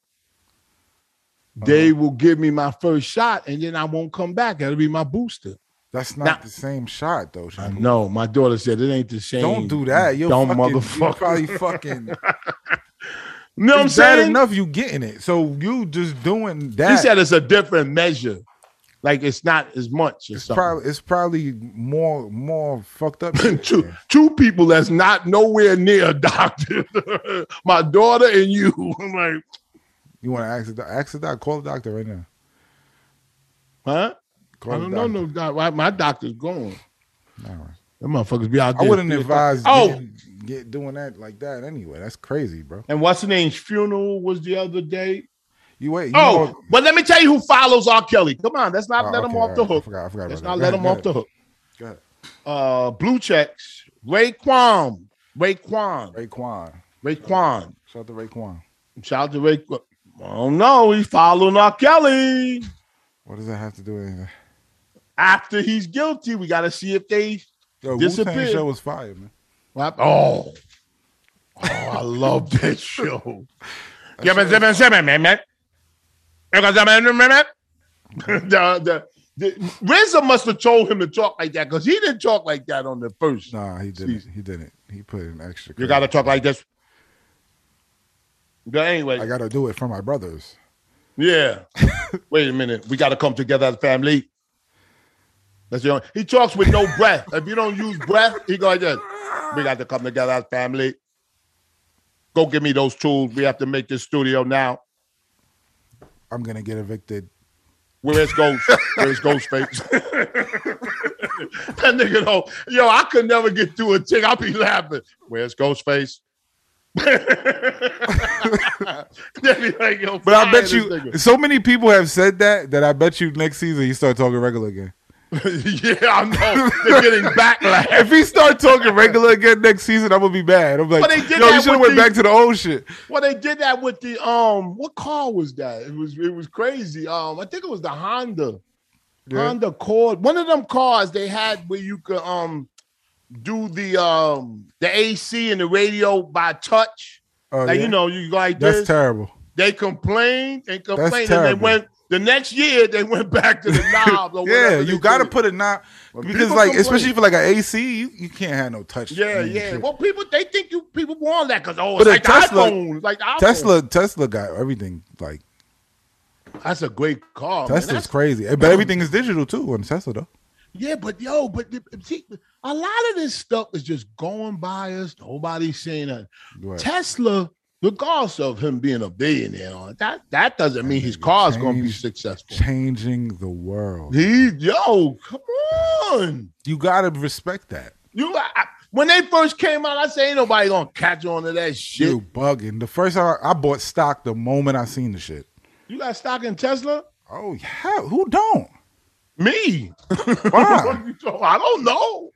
they will give me my first shot, and then I won't come back. That'll be my booster. That's not Now- the same shot though. I Shampoo. know. My daughter said it ain't the same. Don't do that. You'll Dumb fucking, You'll motherfucker. probably fucking. You know what I'm it's bad saying? enough you getting it. So you just doing that. He said it's a different measure. Like it's not as much or it's something. probably it's probably more more fucked up. two two people that's not nowhere near a doctor. My daughter and you. I'm like, You want to ask the doc- ask the doc? Call the doctor right now. huh? Call I the don't know no doctor. doc. My- My doctor's gone. All right. Them motherfuckers be out I there. wouldn't advise. Oh. getting, get doing that like that anyway. That's crazy, bro. And what's the name's funeral was the other day. You wait. You Oh, know- but let me tell you who follows R. Kelly. Come on, let's not Oh, let okay, him off all the right. I hook. forgot. I forgot Let's about not that. let him Go off ahead, the hook. Go ahead. Uh, blue checks. Raekwon. Raekwon. Raekwon. Raekwon. Shout out to Raekwon. Shout out to Ray. I don't know. He's following R. Kelly. What does that have to do with anything? After he's guilty, we got to see if they. Yo, Wu Tang Disappeared. show was fire, man. Oh, oh, I love that show. shit was- the, the, the, RZA must have told him to talk like that because he didn't talk like that on the first. Nah, he didn't. Jeez. He didn't. He put in extra. You credit. got to talk like this. But anyway, I gotta do it for my brothers. Yeah. Wait a minute. We got to come together as a family. That's the only. He talks with no breath. If you don't use breath, he go like this. We got to come together as family. Go give me those tools. We have to make this studio now. I'm gonna get evicted. Where's Ghost? Where's Ghostface? that nigga know. Yo, I could never get through a tick. I'll be laughing. Where's Ghostface? They be like, yo, But I fire bet this you nigga. so many people have said that that I bet you next season you start talking regular again. yeah, I know. They're getting backlash. If he start talking regular again next season, I'm gonna be bad. I'm like, But they did yo, that you should have with went the- back to the old shit. Well, they did that with the um. What car was that? It was it was crazy. Um, I think it was the Honda. Yeah. Honda Accord. One of them cars they had where you could um do the um the AC and the radio by touch. Oh, like yeah? you know, you go like that's this. terrible. they complained and complained, and they terrible. went the next year they went back to the knobs. Or Yeah, whatever you they gotta did. put a knob When because, people like, complain- especially for like an AC, you, you can't have no touch. Yeah, screen yeah. shit. Well, people they think you people want that because oh, But it's a like Tesla- the iPhone, it's like the iPhone. Tesla, Tesla got everything. Like That's a great car. Oh, man. Tesla's That's crazy, but everything is digital too on Tesla though. Yeah, but yo, but the- see, a lot of this stuff is just going by us. Nobody's saying that. Right. Tesla, regardless of him being a billionaire, on it, that that doesn't mean his nigga car's going to be changed- successful. Changing the world. He, yo, come on, You gotta respect that. you. I, I- when they first came out, I say ain't nobody gonna catch on to that shit. You bugging. The first time I, I bought stock, the moment I seen the shit. You got stock in Tesla? Oh yeah, who don't? Me? Why? What you talking- I don't know.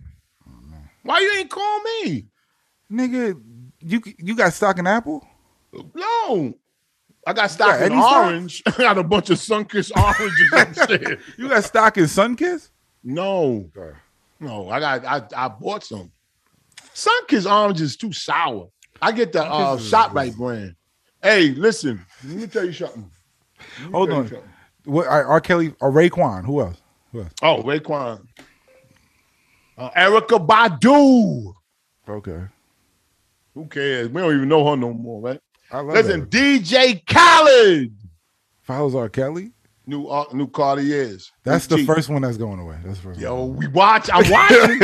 Why you ain't call me? Nigga, you you got stock in Apple? No. I got stock got in any stock? orange. I got a bunch of sunkiss oranges upstairs. You got stock in Sunkiss? No, no, I got I, I bought some. Sunkiss orange is too sour. I get the uh, Sunkiss is- shot right brand. Hey, listen, let me tell you something. Let me Hold tell you on. something. What? all right, R. Kelly or Raekwon? Who else? Who else? Oh, Raekwon. Uh, Erica Badu. Okay. Who cares? We don't even know her no more, right? I love Listen, that. DJ Khaled. Follows R. Kelly. New uh, new Cartiers. That's New the Jeep. first one that's going away. That's the first. Yo, one. we watch. I'm watching.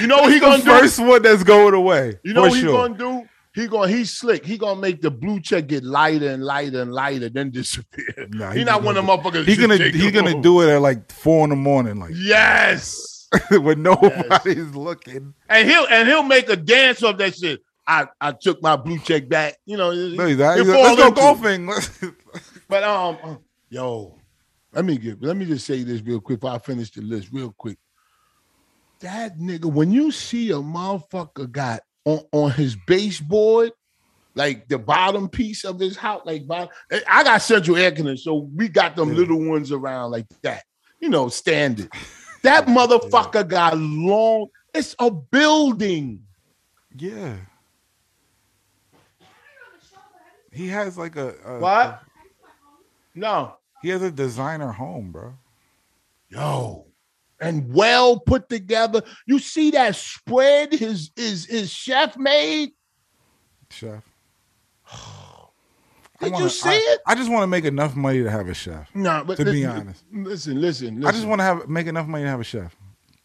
you know what Oh, he the gonna do? first one that's going away. You know for what he sure. gonna do? He gonna he's slick. He gonna make the blue check get lighter and lighter and lighter, then disappear. Nah, he, he not just one of them motherfuckers. He just gonna take he the gonna road. do it at like four in the morning, like Yes, when nobody's looking. and he'll and he'll make a dance of that shit. I, I took my blue check back. You know, No, he's not. He's he'll like, Let's fall go into it. golfing. Let's- But um, uh, yo, let me get let me just say this real quick before I finish the list real quick. That nigga, when you see a motherfucker got on, on his baseboard, like the bottom piece of his house, like bottom, I got central air conditioning, so we got them Yeah. little ones around like that, you know, standard. That motherfucker got long. It's a building. yeah, he has like a, a What? No, He has a designer home, bro. yo, and well put together. You see that spread his his his chef made? Chef. I Did wanna- you see I- it? I just want to make enough money to have a chef. No, but To be listen, honest. listen, listen, listen. I just want to have make enough money to have a chef.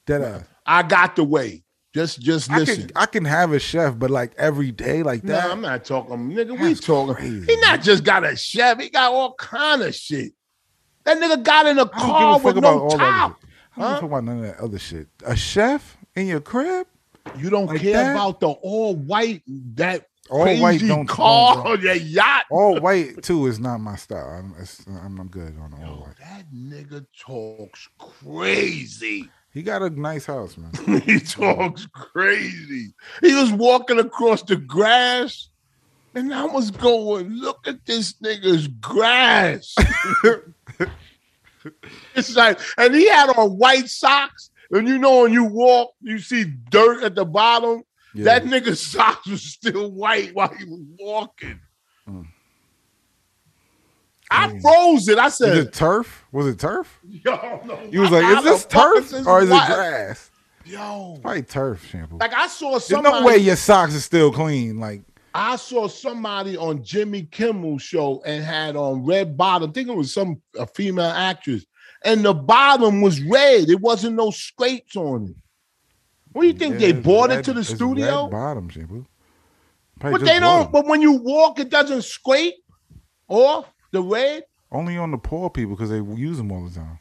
Dead ass. I got the way. Just just I listen. can I can have a chef, but like every day like No, that. I'm not talking, nigga. We That's talking. crazy. He not just got a chef. He got all kind of shit. That nigga got in a I don't car give a fuck with about no all that. top. shit. I don't give a Huh? fuck about none of that other shit. A chef in your crib? You don't Like care that? about the all white that All crazy white don't- car, don't- don't. that yacht. All white too is not my style. I'm it's, I'm, I'm good on all Yo, white. that nigga talks crazy. He got a nice house, man. he talks crazy. He was walking across the grass, and I was going, "Look at this nigga's grass." it's like, and he had on white socks, and you know, when you walk, you see dirt at the bottom. Yeah. That nigga's socks was still white while he was walking. Mm. I Mm. froze it. I Is said, it turf? Was it turf? "Yo, no, He was why- like, how "Is the this fuck turf this or is it white?" grass?" Yo, Probably turf shampoo. like I saw There's somebody. no way your socks are still clean. Like I saw somebody on Jimmy Kimmel's show and had on red bottom. I think it was some a female actress, and the bottom was red. It wasn't no scrapes on it. What do you think Yeah, they it's bought red- it to the it's red studio? bottom shampoo. Probably But just they don't. bought it. But when you walk, it doesn't scrape off the red. Only on the poor people because they use them all the time.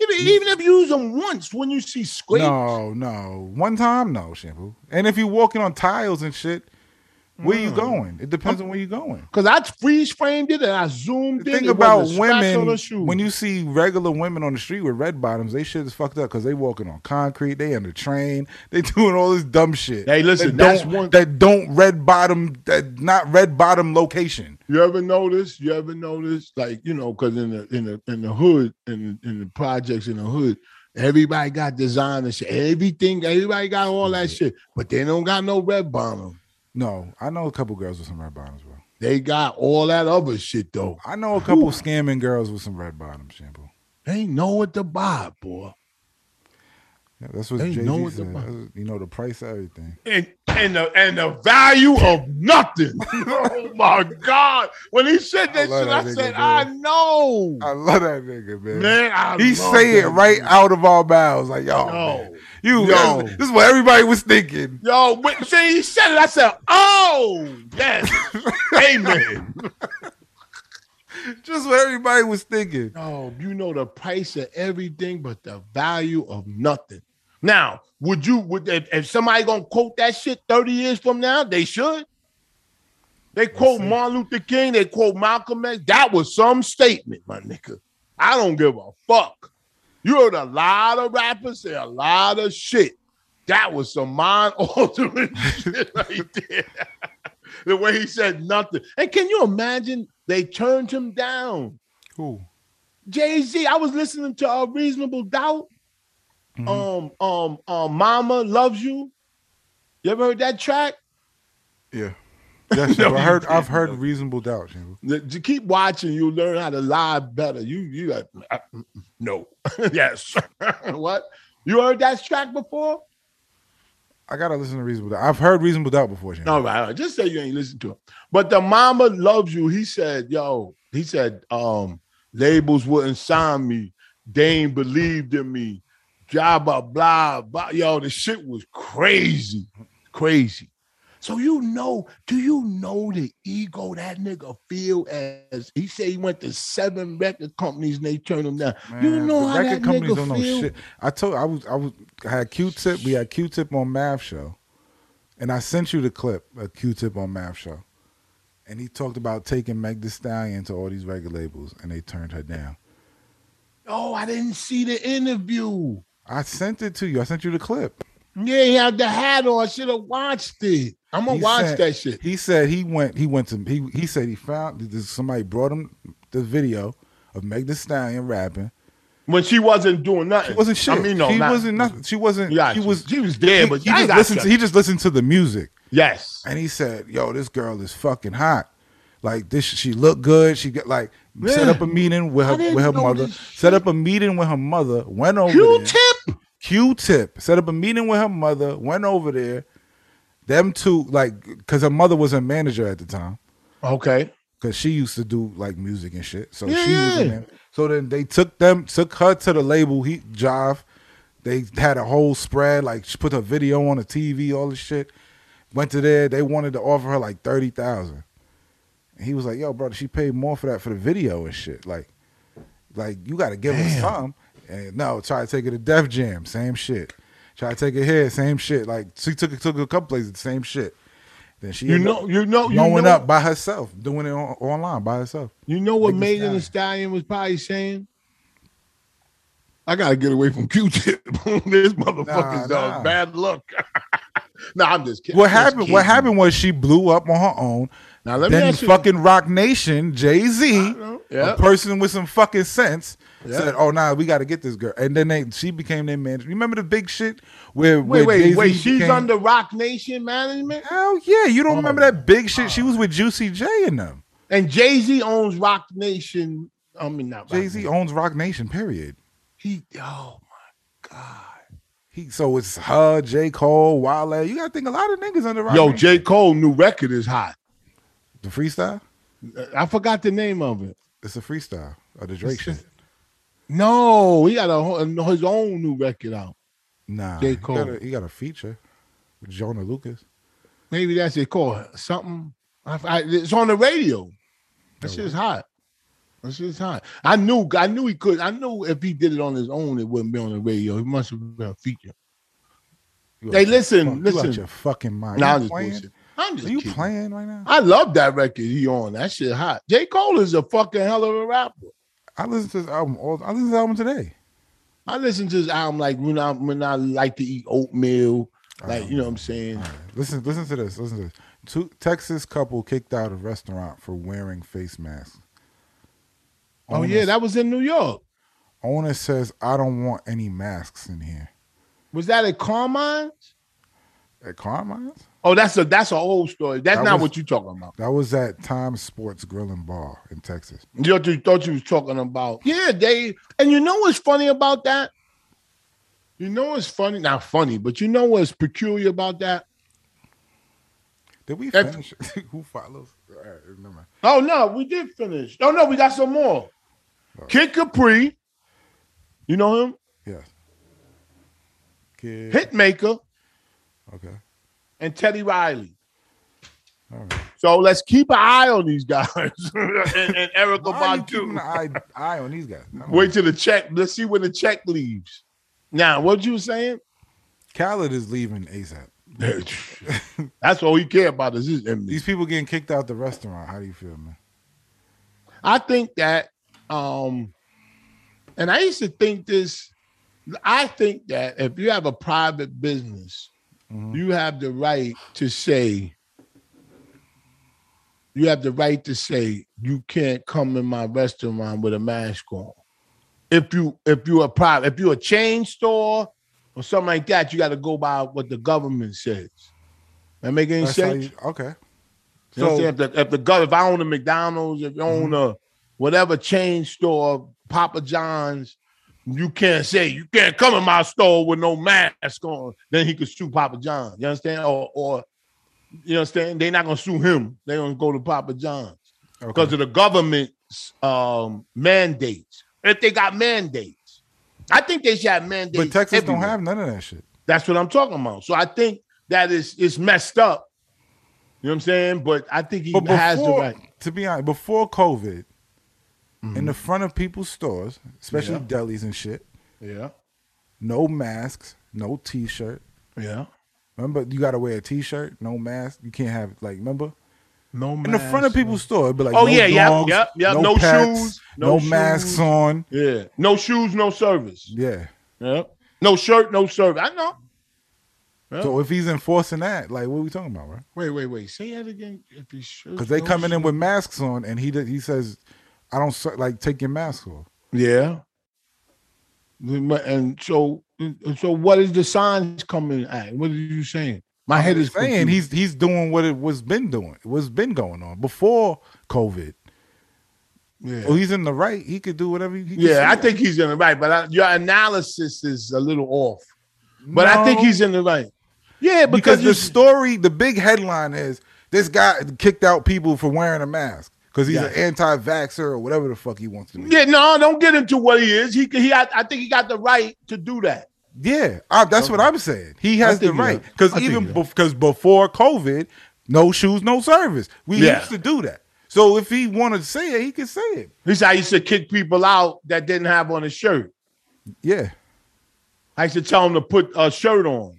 Even, even if you use them once, when you see scrapes, No, no. One time, no shampoo. And if you're walking on tiles and shit, Where you going? It depends on where you're going. Because I freeze framed it and I zoomed The in. thing It wasn't about a scratch on women, her shoe. when you see regular women on the street with red bottoms, they shit is fucked up because they walking on concrete, they on the train, they doing all this dumb shit. Hey, listen, that that's don't, one- that don't red bottom, that not red bottom location. You ever notice? You ever notice? Like you know, because in the in the in the hood in the, in the projects in the hood, everybody got designer shit. Everything, everybody got all that shit, but they don't got no red bottom. No, I know a couple girls with some red bottoms, bro. They got all that other shit though. I know a couple scamming girls with some red bottoms, shampoo. They know what to buy, boy. Yeah, that's what They Jay Z said. know what the fuck- That's what- you know the price of everything. And and the and the value of nothing. oh my God! When he said that shit, I love that nigga, said, dude. I know, I love that nigga, man. man. I he love say it that right dude. out of our mouths, like y'all. Yo. man, you. Yo. This, is what everybody was thinking. Yo, wait, see, he said it. I said, "Oh, yes, amen." Just what everybody was thinking. No, you know the price of everything, but the value of nothing. Now, would you? Would if, if somebody gonna quote that shit thirty years from now? They should. They quote see. Martin Luther King. They quote Malcolm X. That was some statement, my nigga. I don't give a fuck. You heard a lot of rappers say a lot of shit. That was some mind altering shit right there. the way he said nothing. And can you imagine they turned him down? Who? Jay Z. I was listening to a Reasonable Doubt. Mhm. Um, um, um, Mama loves you. You ever heard that track? Yeah. Yes, No, I you heard. I've didn't, heard though. reasonable doubt. Shampoo. The- You keep watching, you learn how to lie better. You, you like, uh, no, yes, what? You heard that track before? I gotta listen to reasonable doubt. I've heard reasonable doubt before. Shampoo. No, right, right. Just say you ain't listened to it. But the mama loves you. He said, yo, he said, um, labels wouldn't sign me. They ain't believed in me. Blah blah blah blah. Yo, the shit was crazy. Crazy. So you know, do you know the ego that nigga feel as he said he went to seven record companies and they turned him down. you Man, know the how that nigga feel. I told I was I was I had Q-Tip. We had Q-Tip on Mav Show, and I sent you the clip of Q-Tip on Mav Show, and he talked about taking Meg Thee Stallion to all these record labels, and they turned her down. Oh, I didn't see the interview. I sent it to you. I sent you the clip. Yeah, he had the hat on. I should have watched it. I'm gonna He watch said- that shit. He said he went. He went to. He he said he found this- somebody brought him the video of Meg Thee Stallion rapping. When she wasn't doing nothing, It wasn't shit. I mean, no, she not- wasn't nothing. She wasn't. Yeah, he was. She was there, but he I just got listened. To, you. he just listened to the music. yes, and he said, "Yo, this girl is fucking hot. Like this, she looked good. She got like set Yeah. up a meeting with I her didn't with her know mother. this Set up a meeting with her mother. Went over there. Q-tip. Q-tip set up a meeting with her mother. Went over there. Them two, like, cause her mother was her manager at the time, Okay, cause she used to do like music and shit. So Yeah, she was in yeah. there. So then they took them, took her to the label. He Jive. They had a whole spread. Like she put her video on the TV, all this shit. Went to there. They wanted to offer her like thirty thousand. And he was like, "Yo, brother, she paid more for that for the video and shit. Like, like you got to give her Damn. some." And no, try to take her to Def Jam, same shit. Try to take her here, same shit. Like she took took her a couple places, same shit. Then she you ended know, you know, up Oh, you going know, up by herself, doing it on, online by herself. you know what Niggas Megan die. Thee Stallion was probably saying. I gotta get away from Q-tip. this motherfucker's Nah, uh, nah. bad luck. nah, I'm just kidding. What Just happened? What kidding. happened was she blew up on her own. Now let me then ask you. fucking Rock Nation, Jay I Z, know. Yeah. a person with some fucking sense, Yeah. said, "Oh, nah, we got to get this girl." And then they, she became their manager. Remember the big shit where Wait, where wait, Jay-Z wait. She's became- under Rock Nation management, Hell yeah, you don't Oh, remember that big shit? She was with Juicy J and them. and Jay Z owns Rock Nation. I mean, not Rock Jay Z Nation. owns Rock Nation. Period. He, oh my god. He so it's her, J Cole, Wale. You gotta think a lot of niggas under Rock. Yo, Nation. J Cole new record is hot. the freestyle. I forgot the name of it. It's a freestyle of the Drake shit. No, he got a whole- his own new record out. Nah, J. he got a- Cole. He got a feature with Jonah Lucas. Maybe that's it called something. I, I- it's on the radio. That Oh, shit's hot. That shit's hot. I knew. I knew he could. I knew if he did it on his own, it wouldn't be on the radio. It must have been a feature. You Hey, out your listen, fuck- You out listen. your fucking mind. Nah, You I'm just playing? bullshit. I'm just Are you kidding. playing right now? I love that record he on. That shit hot. J. Cole is a fucking hell of a rapper. I listen to his album all. I listen to his album today. I listen to his album like when I when I like to eat oatmeal. Like, you know what I'm saying? Listen, listen to this. Listen to this. Two Texas couple kicked out of restaurant for wearing face masks. Oh yeah, that was in New York. owner says I don't want any masks in here. Was that at Carmine's? At Carmine's? Oh, that's a that's a old story. That's That not was- what you're talking about. That was at Times Sports Grill and Bar in Texas. You thought you, thought you was talking about. Yeah, they and you know what's funny about that? You know what's funny? Not funny, but you know what's peculiar about that? Did we That- finish? Who follows? All right, remember. Oh no, we did finish. Oh no, we got some more. Kid Capri. You know him? Yes. Kid. Hitmaker Okay. and Teddy Riley. All right. So let's keep an eye on these guys and, and Erica Why are you keeping Badu. an eye, eye on these guys? I don't Wait know. till the check. Let's see when the check leaves. Now, what you were saying? Khaled is leaving ASAP. That's all we care about is his image. These people getting kicked out the restaurant. How do you feel, man? I think that, um, and I used to think this. I think that if you have a private business, Mhm. you have the right to say. You have the right to say you can't come in my restaurant with a mask on. If you if you're a private, if you're a chain store or something like that, you got to go by what the government says. That make any That's how sense? you- okay. You know what I'm So- Mm-hmm. saying? If the, if the gov- if I own a McDonald's, if you own a whatever chain store, Papa John's, you can't say you can't come in my store with no mask on. Then he could sue Papa John. You understand? Or or you understand? They're not gonna sue him. They're gonna go to Papa John's because Okay. of the government's um, mandates. If they got mandates, I think they should have mandates. But Texas don't everywhere. have none of that shit. That's what I'm talking about. So I think that is it's messed up. You know what I'm saying? But I think he But has the before, right. Mm-hmm. to be honest, before COVID, in the front of people's stores, especially Yeah. delis and shit, Yeah. no masks, no t-shirt. Yeah. Remember, you gotta wear a t-shirt, no mask. You can't have like, remember, No in the front of people's store, it'd be like, Oh, no yeah, yep, dogs, yep, yep. no, No pets, shoes, no, no masks shoes. on. Yeah. No shoes, no service. Yeah. Yeah. No shirt, no service. I know. Yeah. So if he's enforcing that, like, what are we talking about, right? Wait, wait, wait. Say that again. If he Because Oh, they coming in with masks on, and he did- he says, I don't ser- like take your mask off. Yeah. And so, so what is the signs coming at? What are you saying? My head is saying confused. he's he's doing what it was been doing, what's been going on before COVID. Yeah. Well, he's in the right. He could do whatever. He, he could Yeah, I say. think he's in the right, but I, your analysis is a little off. But I think No, he's in the right. Yeah, because, because the you, story, the big headline is this guy kicked out people for wearing a mask because he's Yeah. an anti-vaxxer or whatever the fuck he wants to be. yeah, no, don't get into what he is. He, he, I, I think he got the right to do that. Yeah, I, that's what I'm saying. He has the think you're right right. I because think even you're because before COVID, no shoes, no service. We Yeah. used to do that. So if he wanted to say it, he could say it. He said I used to kick people out that didn't have on a shirt. Yeah, I used to tell him to put a shirt on.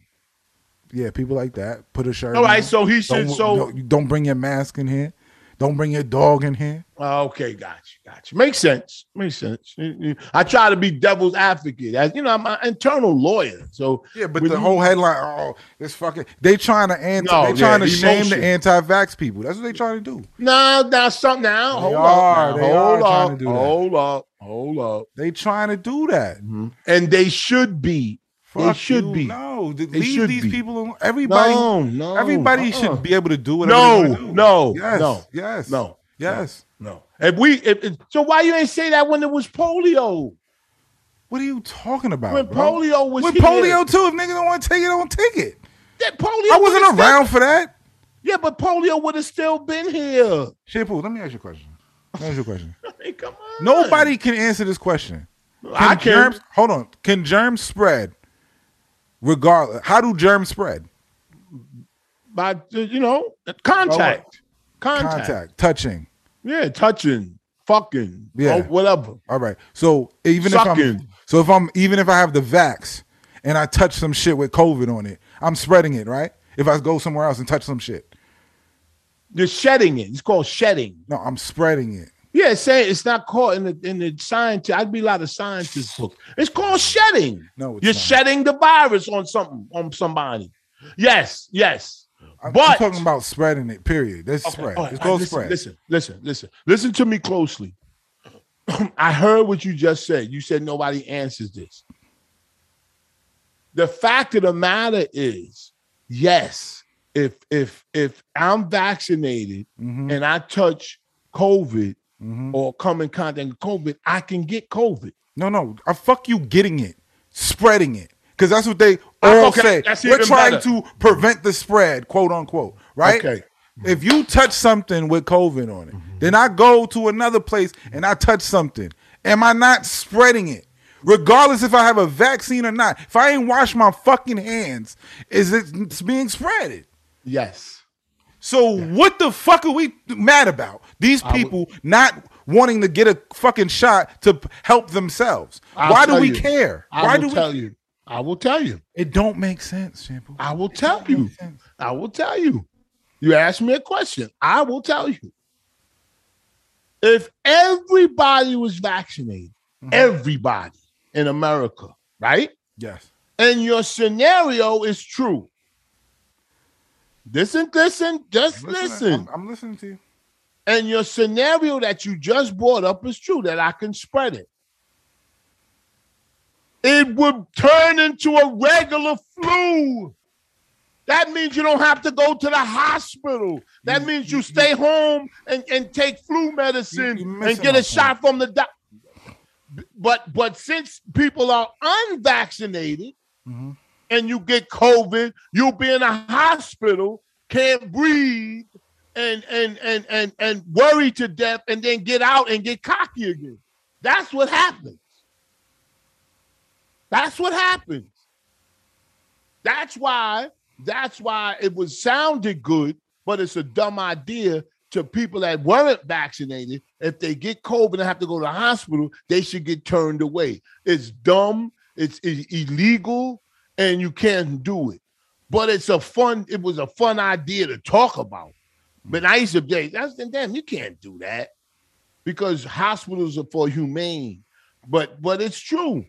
yeah. People like that put a shirt. All on. right, so he don't, should. So don't- you don't bring your mask in here. Don't bring your dog in here. Uh, okay, gotcha, gotcha. Makes sense. Makes sense. You- you- I try to be devil's advocate. As you know, I'm an internal lawyer, so Yeah, but when the you- whole headline, oh, this fucking they trying to anti, No, they trying yeah, to shame the emotion. anti-vax people. That's what they trying to do. No, now something now. They Hold are, up. they Now. are Hold trying up. to do that. Hold up. Hold up. They trying to do that. And they should be. Fuck should you. be. No, th- They leave should these be. people alone. Everybody, no, no. uh-uh. everybody should be able to do whatever. No, they wanna do. no, yes, no, yes, no, yes. no. If we, if, if- so why you ain't say that when it was polio? What are you talking about? When bro? polio was with here. polio too. If niggas don't want to take it, don't take it. that polio I wasn't would've around for that. Still, yeah, but polio would have still been here. Shampoo, let me ask you a question. Let me ask you a question. I mean, come on. Nobody can answer this question. Can I can. Germs, hold on. Can germs spread? Regardless, how do germs spread? By you know contact, contact, Oh, Contact, touching. Yeah, touching, fucking, Yeah. yeah, whatever. All right. So even if I'm Sucking. so if I'm even if I have the vax and I touch some shit with COVID on it, I'm spreading it, right? If I go somewhere else and touch some shit. You're shedding it. It's called shedding. No, I'm spreading it. Yeah, it's saying it's not called in the in the science. I'd be a lot of scientists book. It's called shedding. No, it's You're not. shedding the virus on something on somebody. Yes, yes. I'm, but- I'm talking about spreading it. Period. That's Okay, spread. all right, it's all right, called listen, spread. Listen, listen, listen, listen to me closely. I heard what you just said. You said nobody answers this. The fact of the matter is, yes, if if if I'm vaccinated hmm and I touch COVID hmm or come in contact with COVID, I can get COVID. No, no. I fuck you getting it, spreading it, because that's what they all okay, say. that's We're even trying better. to prevent the spread, quote unquote. Right? Okay. Mm-hmm. If you touch something with COVID on it, then I go to another place and I touch something. Am I not spreading it? Regardless if I have a vaccine or not, if I ain't washed my fucking hands, is it it's being spreaded? Yes. So what the fuck are we mad about? These people not wanting to get a fucking shot to p- help themselves. I'll Why do tell we you. care? I Why will do we? tell you. I will tell you. It don't make sense, Shampoo. I will tell It don't you. make sense. I will tell you. You asked me a question. I will tell you. If everybody was vaccinated, Mhm. everybody in America, right? Yes. And your scenario is true. Listen, listen, just I'm listening. listen. I'm, I'm listening to you. And your scenario that you just brought up is true that I can spread it. It would turn into a regular flu. That means you don't have to go to the hospital. That You- means you- you stay home and, and take flu medicine you missing and get my a shot from the doctor. But but since people are unvaccinated, Mhm. and you get COVID, you'll be in a hospital, can't breathe, and and and and and worry to death, and then get out and get cocky again. That's what happens. That's what happens. That's why. That's why it was sounded good, but it's a dumb idea to people that weren't vaccinated. If they get COVID and have to go to the hospital, they should get turned away. It's dumb. It's, it's illegal and you can't do it. But it's a fun, it was a fun idea to talk about. Mm. But I used to say, that's damn, you can't do that because hospitals are for humane. But but it's true.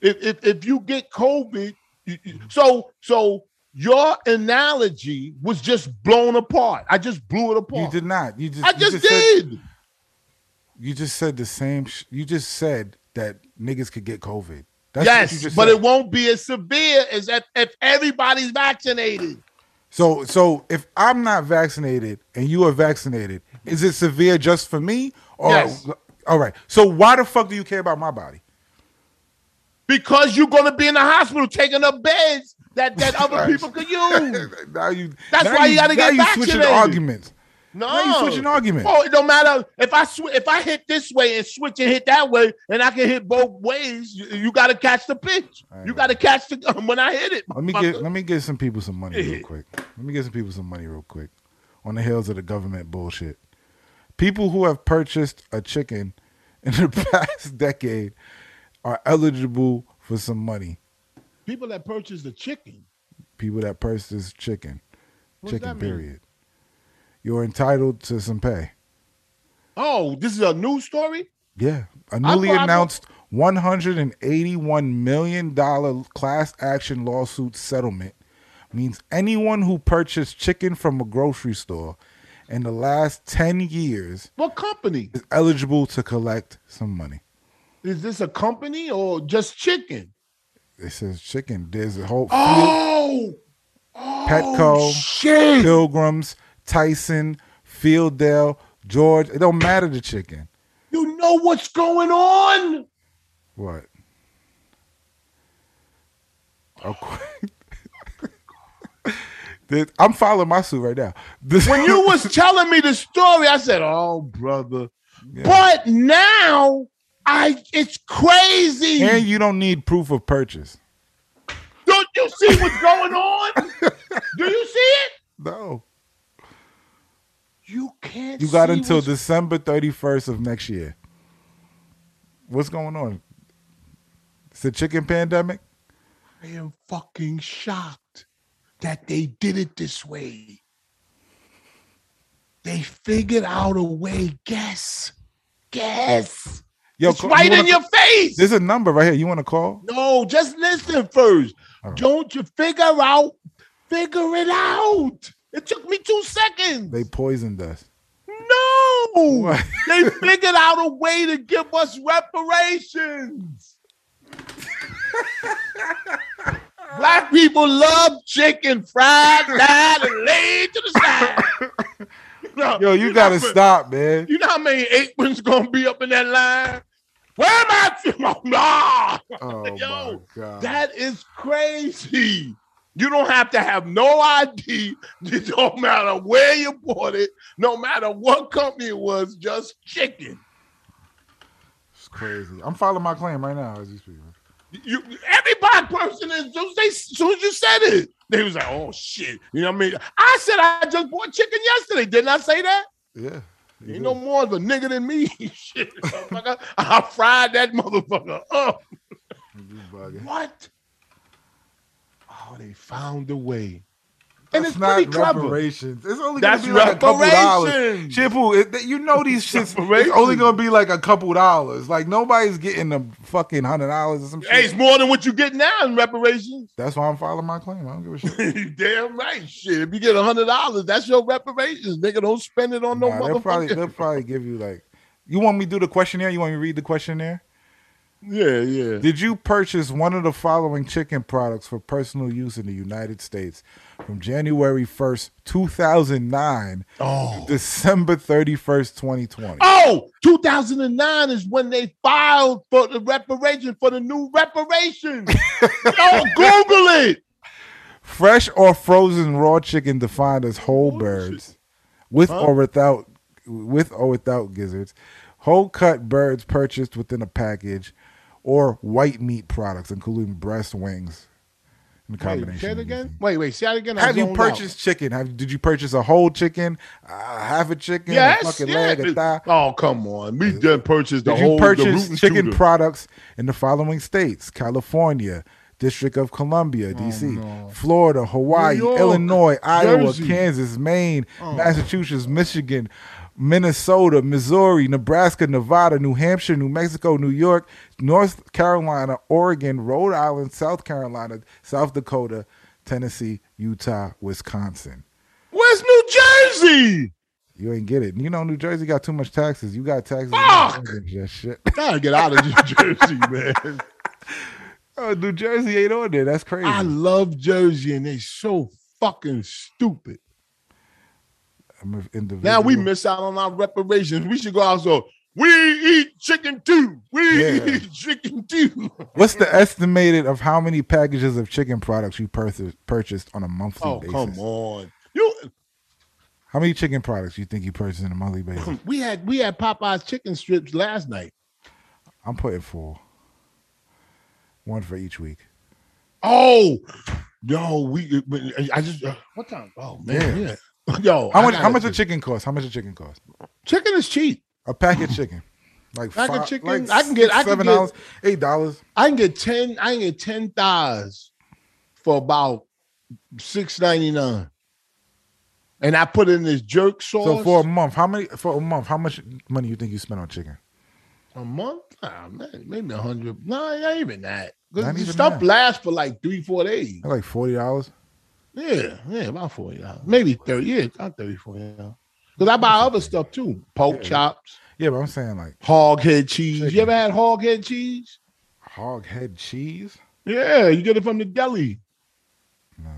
If if, if you get COVID, you- you- Mm-hmm. so so your analogy was just blown apart. I just blew it You apart. did not. You just. I you just, said- did. you just said the same. Sh- you just said that niggas could get COVID. That's what you yes, just but said. it won't be as severe as if, if everybody's vaccinated. So so if I'm not vaccinated and you are vaccinated, is it severe just for me? Or Yes. all right. So why the fuck do you care about my body? because you're going to be in the hospital taking up beds that, that other people could use. now you That's now why you gotta now get you switching vaccinated. arguments. No, Now you switching arguments. Oh, it don't matter if I sw- if I hit this way and switch and hit that way, and I can hit both ways. You, got to catch the pitch. All right. You got to catch the when I hit it. Let me motherfucker. get let me get some people some money real Yeah. quick. Let me get some people some money real quick. On the heels of the government bullshit. People who have purchased a chicken in the past decade are eligible for some money. people that purchase the chicken. People that purchase chicken. What does chicken that mean? period. You're entitled to some pay. Oh, this is a news story. Yeah. A thought newly I wa- announced $181 million class action lawsuit settlement means anyone who purchased chicken from a grocery store in the last 10 years What company is eligible to collect some money. is this? A company or just chicken? It says chicken. There's a whole Oh, oh Petco. Shit. Pilgrims, Tyson, Fieldale, George. It don't matter the chicken. You know what's going on? What? Okay. This- I'm following my suit right now. This- When you was telling me the story, I said, "Oh, brother." Yeah. But now, I it's crazy. and you don't need proof of purchase. Don't you see what's going on? Do you see it? No, You can't. you got see until what's- December 31st of next year. What's going on? It's a chicken pandemic. I am fucking shocked that they did it this way. They figured out a way. Guess. Guess. Yo, it's call- right you wanna- in your face. There's a number right here. You want to call? no, just listen first. All right. Don't you figure out? Figure it out. It took me two seconds. They poisoned us. no. What? They figured out a way to give us reparations. Black people love chicken fried, fried, and laid to the side. No, Yo, you know gotta how many- stop, man. You know how many aprons gonna be up in that line? Where am I? Nah, Oh Yo, my god. that is crazy. You don't have to have no ID. It don't matter where you bought it, no matter what company it was, just chicken. It's crazy. I'm filing my claim right now as you speak. man. You every black person as soon as, they, as soon as you said it, they was like, "Oh shit!" You know what I mean? I said I just bought chicken yesterday. Didn't I say that? Yeah. You You no do. more of a nigga than me. shit, motherfucker. I fried that motherfucker up. You bugging. What? Oh, they found a way, and That's it's pretty clever. reparations. It's only That's gonna be like a couple dollars. reparations. Chippu, it, th- you know these shits. It's Reparations. only gonna be like a couple dollars. Like nobody's getting a fucking hundred dollars or some Hey, it's shit. more than what you get now in reparations. That's why I'm filing my claim. I don't give a shit. You Damn right, shit. If you get a hundred dollars, that's your reparations, nigga. Don't spend it on no Nah, they'll motherfucker. probably they'll probably give you like. You want me to do the questionnaire? You want me to read the questionnaire? Yeah, yeah. Did you purchase one of the following chicken products for personal use in the United States from January 1st, 2009 Oh. December 31st, 2020? Oh, 2009 is when they filed for the reparation for the new reparations. Yo, Google it. Fresh or frozen raw chicken defined as whole Holy birds with Huh? or without with or without gizzards, whole cut birds purchased within a package or white meat products including breast wings in Wait, combination. say it with again. these. Wait, wait, say it again. I Have you zoned out. purchased chicken? Have did you purchase a whole chicken, uh, half a chicken, Yes. a fucking yeah. leg, a thigh? Oh, come on. We done purchased the Did whole you the root purchase and chicken shooter. products in the following states? California, District of Columbia, D.C., Oh, no. Florida, Hawaii, New York, Illinois, Iowa, Jersey. Kansas, Maine, Oh. Massachusetts, Michigan, Minnesota, Missouri, Nebraska, Nevada, New Hampshire, New Mexico, New York, North Carolina, Oregon, Rhode Island, South Carolina, South Dakota, Tennessee, Utah, Wisconsin. Where's New Jersey? You ain't get it. You know, New Jersey got too much taxes. You got taxes. Fuck! That shit. Gotta get out of New Jersey, man. Oh, New Jersey ain't on there. That's crazy. I love Jersey, and they so fucking stupid. I'm an individual. Now we miss out on our reparations. We should go out so we eat chicken too. We Yeah. eat chicken too. What's the estimated of how many packages of chicken products you purchased purchased on a monthly Oh, basis? come on. You How many chicken products you think you purchased on a monthly basis? we had we had Popeye's chicken strips last night. I'm putting four. One for each week. Oh yo, we uh, I just what time? Oh man, yeah. Yo, How I much? How gotta much a do- chicken cost? How much a chicken cost? chicken is cheap. A pack of chicken, like Pack of five- chicken? like I can get- I can seven get- dollars, eight dollars. I can get 10, I can get 10 thighs for about six ninety nine. And I put in this jerk sauce. So for a month, how many? For a month, how much money you think you spent on chicken? A month? Nah, man, maybe a hundred. No, not even that. 'Cause Not the even stuff that. lasts for like three, four days. Like forty dollars. Yeah, yeah, about forty hours. Maybe thirty. Yeah, about thirty, forty hours. Because I buy other stuff too: pork Yeah. chops, Yeah, but I'm saying like hog head cheese. You Chicken. ever had hog head cheese? hog head cheese. Yeah, you get it from the deli. No.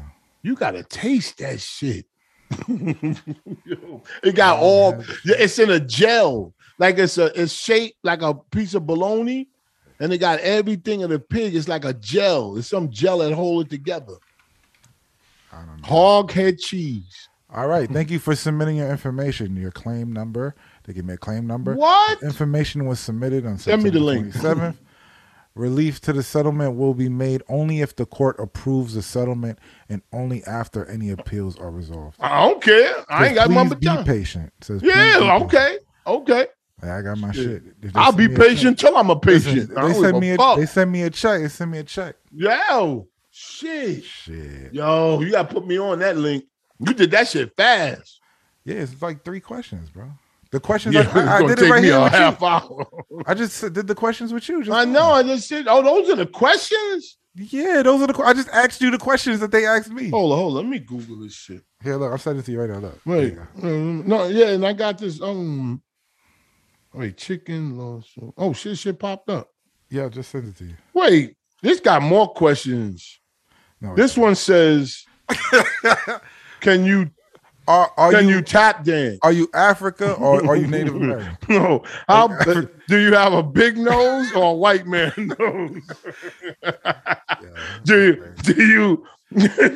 You gotta taste that shit. it got all. yeah, It's in a gel, like it's a. It's shaped like a piece of bologna, and it got everything of the pig. It's like a gel. It's some gel that hold it together. I don't know. Hog head cheese. All right. Thank you for submitting your information. Your claim number. They give me a claim number. What? Information was submitted on Send me September the link. 27th. Relief to the settlement will be made only if the court approves the settlement and only after any appeals are resolved. I don't care. I ain't got Please one but be time. patient. It says, please be Yeah, patient. okay. Okay. Like, I got my Shit. shit. If they I'll send be me a check- patient till I'm a Listen, patient. I They don't give send a me a, fuck. they send me a check. They send me a check. Yo, shit. Shit. Yo, you gotta put me on that link. You did that shit fast. Yeah, it's like three questions, bro. The questions Yeah, I- it's I, I gonna did it take right me here a with you. half hour. I just did the questions with you. just I know. I just said, oh, those are the questions. Yeah, those are the. que- I just asked you the questions that they asked me. Hold on, hold on. Let me Google this shit. Here, look, I'm sending it to you right now. Look. Oh. Wait, Here um, no, yeah, and I got this. Um, wait, chicken lawsuit. Oh shit, shit popped up. you go. yeah, I just send it to you. Wait, this got more questions. No, This one says, "Can you are are can you, you, tap dance?" are you Africa or are you Native American? No, how b- do you have a big nose or a white man nose? do you do you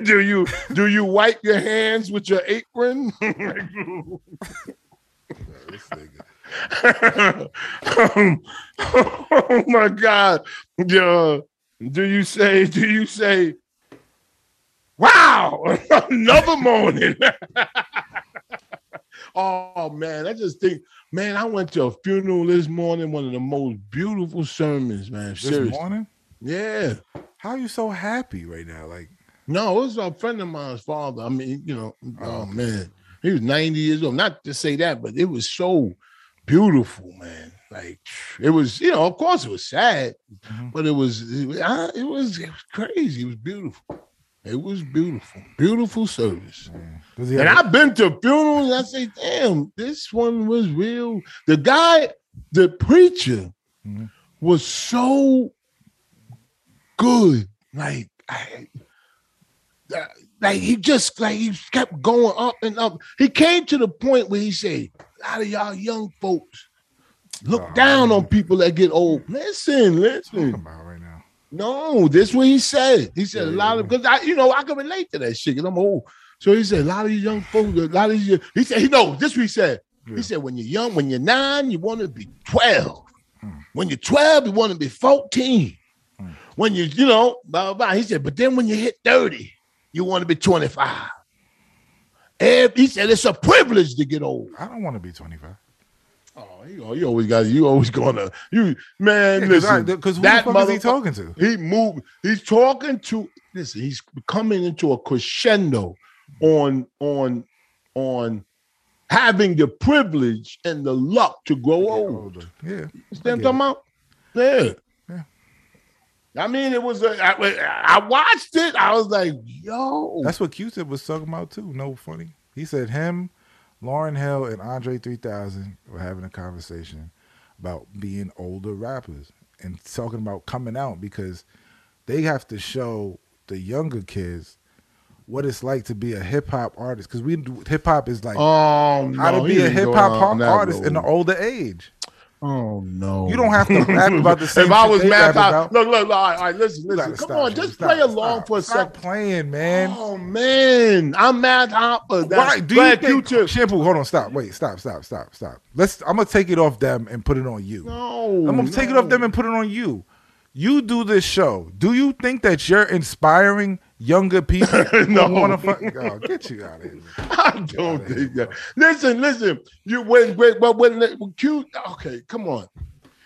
do you do you wipe your hands with your apron? oh my god. Yeah. Do you say do you say wow another morning? oh man, I just think man, I went to a funeral this morning, one of the most beautiful sermons, man. This Seriously. morning? Yeah. How are you so happy right now? Like, No, it was a friend of mine's father. I mean, you know, Oh, oh man, he was 90 years old. Not to say that, but it was so beautiful, man. Like it was, you know, of course it was sad, Mhm. but it was it was, I- it was it was crazy. It was beautiful. It was beautiful, beautiful service. does he And have? I've been to funerals. I say, damn, this one was real. The guy, the preacher, Mhm. was so good. Like, I, uh, like he just like he kept going up and up. He came to the point where he said, "A lot of y'all young folks look Oh, down man. on people that get old." Listen, talking listen. about right now? No, this what he said. He said a Yeah, lot yeah. of because I, you know, I can relate to that shit. i I'm old, so he said a lot of you young folks, a lot of you. He said he knows this. What he said. Yeah. He said when you're young, when you're nine, you want to be twelve. When you're twelve, you want to be fourteen. When you, you know, blah, blah blah. He said, but then when you hit thirty, you want to be twenty five. And he said it's a privilege to get old. I don't want to be 25. Oh, you, you always got you always gonna you man. listen, Because who the that fuck is he motherfucker- talking to? he moved. He's talking to. Listen, he's coming into a crescendo on on on having the privilege and the luck to grow old. Older. Yeah. You see what I'm talking about? Yeah. Yeah. I mean, it was a. I, I watched it. I was like, yo. That's what Q-Tip was talking about too. No funny. He said him, Lauren Hill, and Andre 3000 were having a conversation about being older rappers and talking about coming out because they have to show the younger kids what it's like to be a hip hop artist because we hip hop is like oh no! how to he be a didn't hip go hop down that artist in the road. older age. Oh no! You don't have to rap about the same If I shit was they mad, rap about, about. look, look, look, all right, all right, listen, You listen. gotta Come stop, on, Shannon. just Stop, play along stop. for a Stop second. playing, man. Oh man, I'm mad Hopper. That's Why do you Glad think took- shampoo? Hold on, stop. Wait, stop, stop, stop, stop. Let's. I'm gonna take it off them and put it on you. No, I'm gonna take it off them and put it on you. You do this show. Do you think that you're inspiring younger people? who No. wanna fuck- oh, get you out of here. I don't think that. Listen, listen. You went, wait, but when Q. Okay, come on.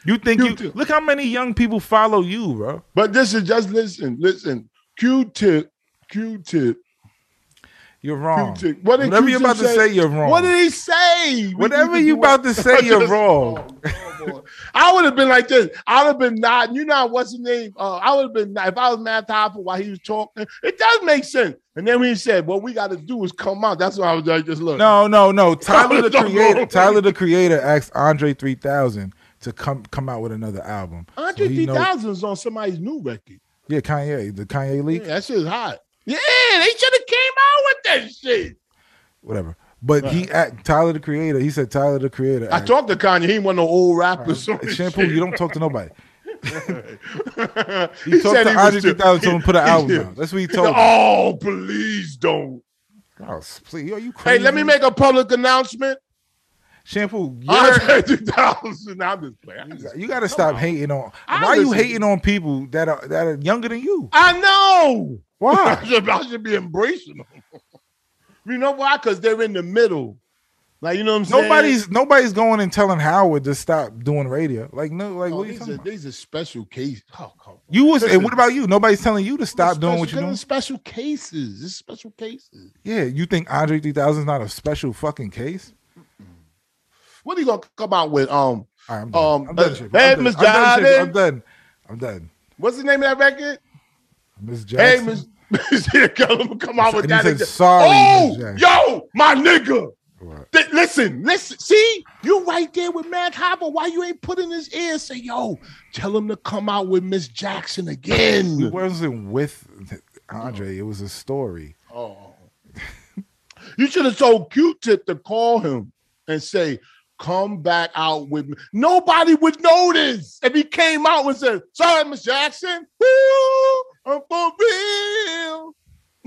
You think you, You too. look how many young people follow you, bro? But this is just listen, listen. Q-tip, Q-tip, You're wrong. Q-tip. What did Whatever Q-tip you're about to say, you're wrong. What did he say? Whatever you about to say, you're Just- wrong. Oh, Lord. I would have been like this. I would have been nodding. You know what's his name? Uh, I would have been if I was Matt Hopper while he was talking. It does make sense. And then when he said, "What we got to do is come out," that's what I was like, just look. No, no, no. Tyler the Don't creator. go. Tyler the creator asked Andre 3000 to come come out with another album. So Andre he knows- 3000 is on somebody's new record. Yeah, Kanye, the Kanye leak, Yeah, that shit's hot. Yeah, they should have came out with that shit. whatever. But he act, Tyler the creator. He said Tyler the creator. I asked- talked to Kanye. He ain't one of no old rappers. or some Shampoo, shit. you don't talk to nobody. he, He, talked said to he was Andre too- 3000 someone put an he- album out. That's what he told me. Oh, please don't. Oh, please, are you crazy? Hey, let me make a public announcement. Shampoo, you're, Andre 2000. I'm just playing. I'm just- you got to stop hating on. I Why you listen. hating on people that are that are younger than you? I know. Why? I should, I should be embracing them. You know why? Because they're in the middle. Like you know what I'm saying? Nobody's nobody's going and telling Howard to stop doing radio. Like no, like Oh, what are you these, talking are, about? these are special cases. Oh, come on. You was listen. and what about you? Nobody's telling you to stop doing what Special- you're doing. these are Special cases. This is special cases. Yeah, you think Andre 3000 is not a special fucking case? What are you gonna come out with? Um, All right, I'm Um, done. I'm done, uh, Chip. hey, I'm, Miss done. I'm, done Chip. Jordan. I'm done. I'm done. what's the name of that record? Miss Hey, Jackson. Miss Miss Here Come come out with And he that. said, again. "Sorry, oh, Miss Jackson." yo, my nigga. What? Th- listen, listen. See, you right there with Mad Hopper. Why you ain't put in his ear? and Say, yo, tell him to come out with Miss Jackson We again. wasn't with Andre. It was a story. Oh. you should have told Q-Tip to call him and say, "Come back out with me." Nobody would notice if he came out and said, "Sorry, Miss Jackson, Woo, I'm for real."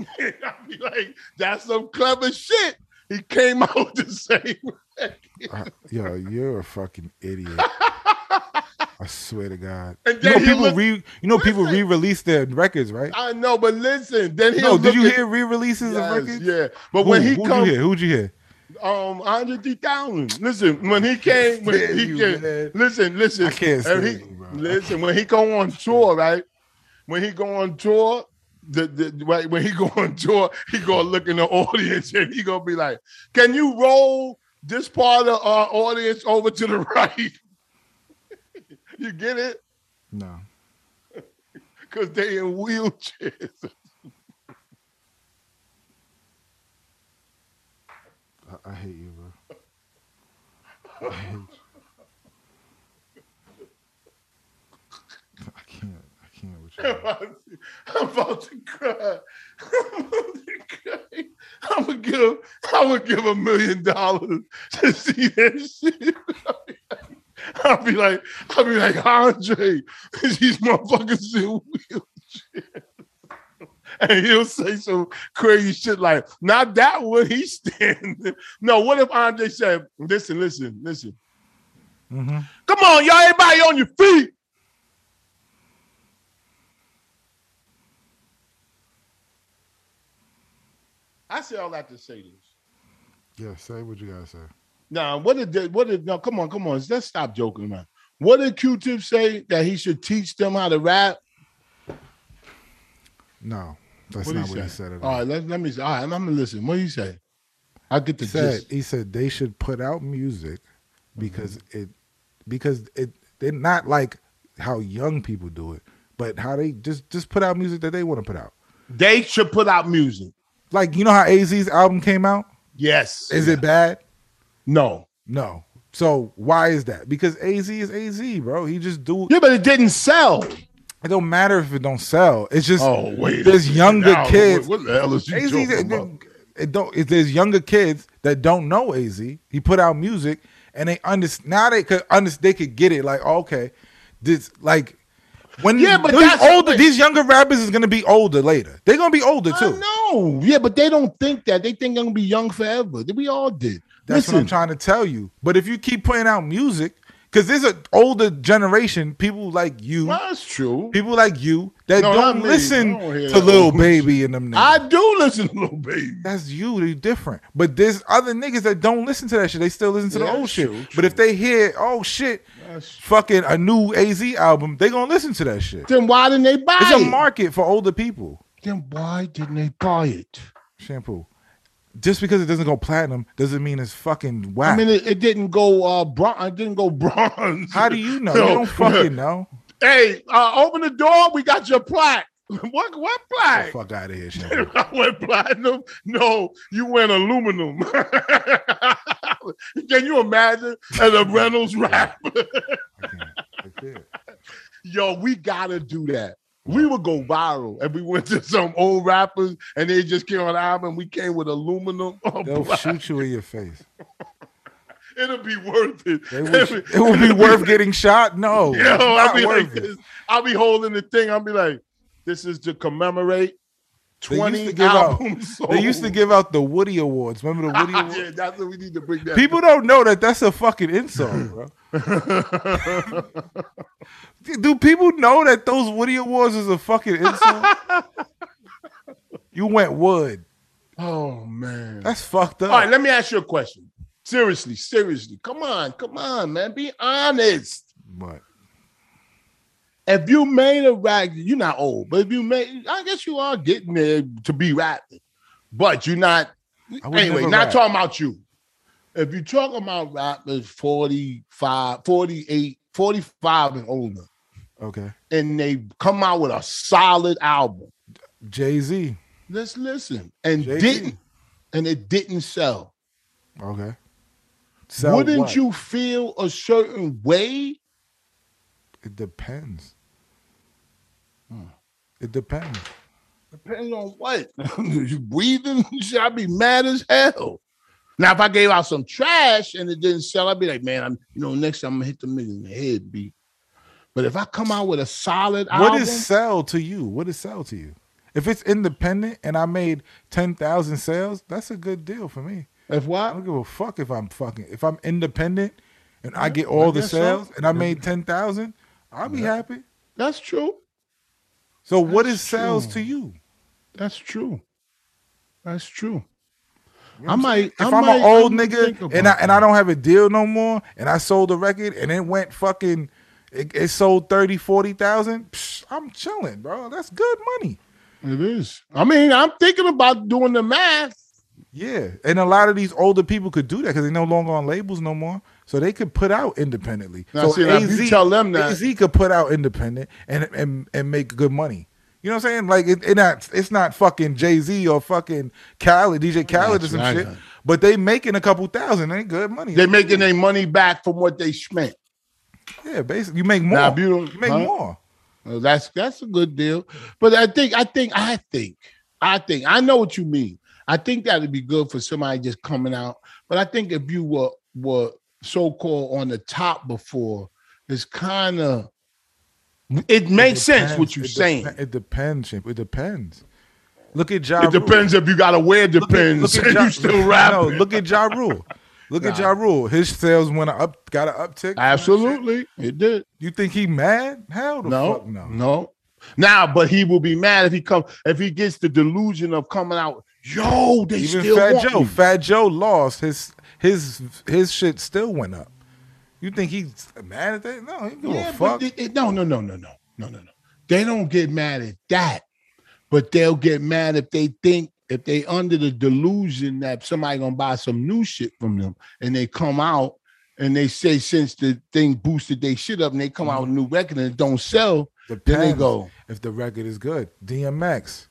I'd be like, "That's some clever shit." He came out to say, Uh, Yo, you're a fucking idiot. I swear to God. And You know then he people looked- re you know people Listen. re-release their records, right? "I know," but listen. Then he No, did you hear re-releases of Yes, records? yeah, but Who, when he who'd comes, you hear? Who'd you hear? um, Andre 3000. Listen, when he came, when stand he you, came, man. listen, listen. I can't And stand he- you, bro. Listen, when he go on tour, right? When he go on tour, the, the right when he go on tour, he gonna look in the audience and he gonna be like, "Can you roll this part of our audience over to the right?" you get it? No. Cause they in wheelchairs. I, I hate you, bro. I hate you. I can't. I can't with you. I'm about to cry. I'm about to cry. I would give, I would give a million dollars to see that shit. I'll be like, I'll be like Andre, these motherfuckers in wheelchair, and he'll say some crazy shit like, "Not that one." He standing. No, what if Andre said, "Listen, listen, listen. Mm-hmm. Come on, y'all, everybody on your feet." I say all that to say this. Yeah, say what you gotta say. Now, what did they, what did now? Come on, come on, let's stop joking, man. What did Q-Tip say that he should teach them how to rap? No, that's What not he what he say? said Oh, at all. All right, let, let me. All right, I'm gonna listen. What do you say? I get the He said gist. he said they should put out music because it because it they're not like how young people do it, but how they just just put out music that they want to put out. They should put out music. Like you know how AZ's album came out? Yes. Is it bad? No. No. So why is that? Because AZ is AZ, bro. He just do Yeah, but it didn't sell. it don't matter if it don't sell. It's just Oh wait, there's younger Now, kids. What, what the hell is you AZ, talking it, about? it don't. If there's younger kids that don't know AZ, he put out music, and they understand. Now they could understand. They could get it. Like oh, okay, this like when Yeah, but these that's- older. These younger rappers is gonna be older later. They're gonna be older I too. know. Yeah, but they don't think that. They think I'm gonna be young forever. We all did. That's what I'm Listen, trying to tell you. But if you keep putting out music, because there's an older generation, people like you, well, that's true. people like you that No, not don't me. listen I don't hear to that Lil old Baby and them. Niggas. I do listen to Lil Baby. That's you. They different. But there's other niggas that don't listen to that shit. They still listen to Yeah, the old shit. true, But if they hear, oh shit, fucking a new AZ album, they gonna listen to that shit. Then why didn't they buy It's a it? market for older people. then why didn't they buy it? Shampoo. Just because it doesn't go platinum doesn't mean it's fucking whack. I mean, it, it didn't go uh bron- it didn't go bronze. How do you know? No. You don't fucking know. Hey, uh, open the door. We got your plaque. What what Get the plaque? Oh, fuck out of here, Shampoo. I went platinum. No, you went aluminum. Can you imagine as a Reynolds rap? I can't. I can't. Yo, we gotta do that. We would go viral if we went to some old rappers and they just came on an album. We came with aluminum. or They'll plaque. shoot you in your face. It'll be worth it. They would- it would be worth getting shot. No, Yo, it's I'll not be like worth it. this. I'll be holding the thing. I'll be like, this is to commemorate They used to 20 give out- albums. They used to give out the Woody Awards. Remember the Woody Awards? Oh. yeah, that's what we need to bring that. People don't know that that's a fucking insult, bro. Do people know that those Woody Awards is a fucking insult? you went wood. oh man. That's fucked up. Oh, All right, let me ask you a question. Seriously, seriously. Come on, come on, man. Be honest. But If you made a rag, you're not old, but if you made, I guess you are getting there to be rapping, but you're not. I would Anyway, never not rap. talking about you. If you talk about rappers 45, 48, 45 and older, okay. and they come out with a solid album, Jay Z. let's listen. And Jay-Z. didn't, and it didn't sell. Okay. Sell Wouldn't what? you feel a certain way? It depends. Hmm. It depends. Depending on what? you breathing? Shit, I'd be mad as hell. Now, if I gave out some trash and it didn't sell, I'd be like, man, I'm you know, next time I'm gonna hit the nigga in the head, B. But if I come out with a solid What album, is sell to you? What is sell to you? If it's independent and I made ten thousand sales, that's a good deal for me. if I what? don't give a fuck if I'm fucking if I'm independent and I get I all the guess so. sales and I made ten thousand, I'll be Yeah. happy. That's true. So what is That's sales true. to you? That's true. That's true. You know I what might. I'm saying? if I I'm might, an old I might think nigga and I about and I don't have a deal no more and I sold a record and it went fucking it, it sold 30, 40,000, psh, I'm chilling, bro. That's good money. it. it is. I mean, I'm thinking about doing the math. Yeah, and a lot of these older people could do that because they're no longer on labels no more, so they could put out independently. Now, so see, now, if you tell them that- AZ could put out independent and and and make good money. You know what I'm saying? Like it, it not it's not fucking Jay Z or fucking Khaled, DJ Khaled or some right. shit, but they making a couple thousand. Ain't good money. They're making their money back from what they spent. yeah, basically you make more. Now, if you you, don't- make huh? more. Well, that's that's a good deal. But I think I think I think I think I know what you mean. I think that'd be good for somebody just coming out. But I think if you were were so called on the top before, it's kind of it makes It sense what depends. you're It saying. depe- it depends. Shemp. It depends. Look at Ja It Rule. depends if you got to wear depends. Look at, look at and Ja- you still No, rapping. look at Ja Rule. Look at Nah. Ja Rule. His sales went up, got an uptick. Absolutely, it did. You think he mad? Hell the No, fuck no, no. Now, but he will be mad if he come if he gets the delusion of coming out. Yo, they Even still Fat want Joe. me." Fat Joe lost. His his his shit still went up. You think he's mad at that? No, he give Yeah, a but fuck. they- they- no, no, no, no, no, no, no, no. They don't get mad at that, but they'll get mad if they think if they under the delusion that somebody gonna buy some new shit from them, and they come out and they say since the thing boosted they shit up, and they come out with Mm-hmm. a new record and it don't sell, then they Depends go. If the record is good, DMX,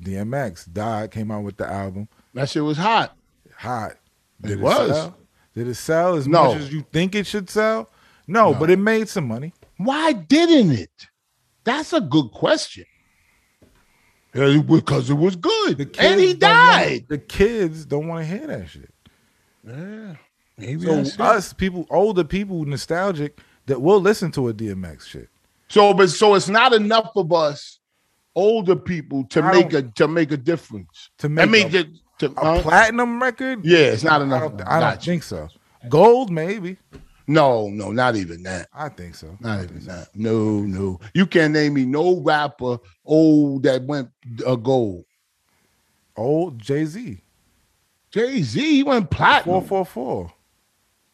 DMX died. Came out with the album That shit was hot. hot. It was. sell? Did it sell as No. much as you think it should sell? No, No. but it made some money. Why didn't it? That's a good question. Uh, Because it was The good, and he kids don't wanna- died. the kids don't want to hear that shit. Yeah, maybe So that's it. us people, older people, nostalgic, that will listen to a DMX shit. So, but so it's not enough of us older people to I make a to make a difference. To I make mean, a, to, to- a huh? platinum record, yeah, it's not I enough. don't, of I don't Gotcha. think so. Gold, maybe. No, no, not even that. I think so. Not even that. No, no. You can't name me no rapper old that went a gold. Old Jay Z, Jay Z, he went platinum. four four four.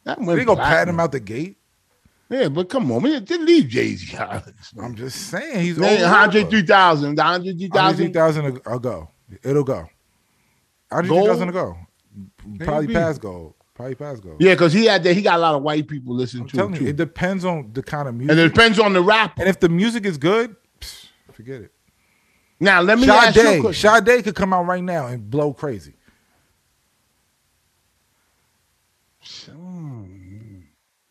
That They went go platinum. platinum out the gate. Yeah, but come on, man, just leave Jay Z out. I'm just saying he's old. Hundred three thousand, hundred three thousand thousand. will go. It'll go. Hundred three thousand will go. Probably Maybe. past gold. Probably past gold. Yeah, because he had that. He got a lot of white people listening I'm to him telling too, you, it depends on the kind of music. and it depends on the rapper. And if the music is good, psh, forget it. Now let me ask you a Sade, question. Sade could come out right now and blow crazy.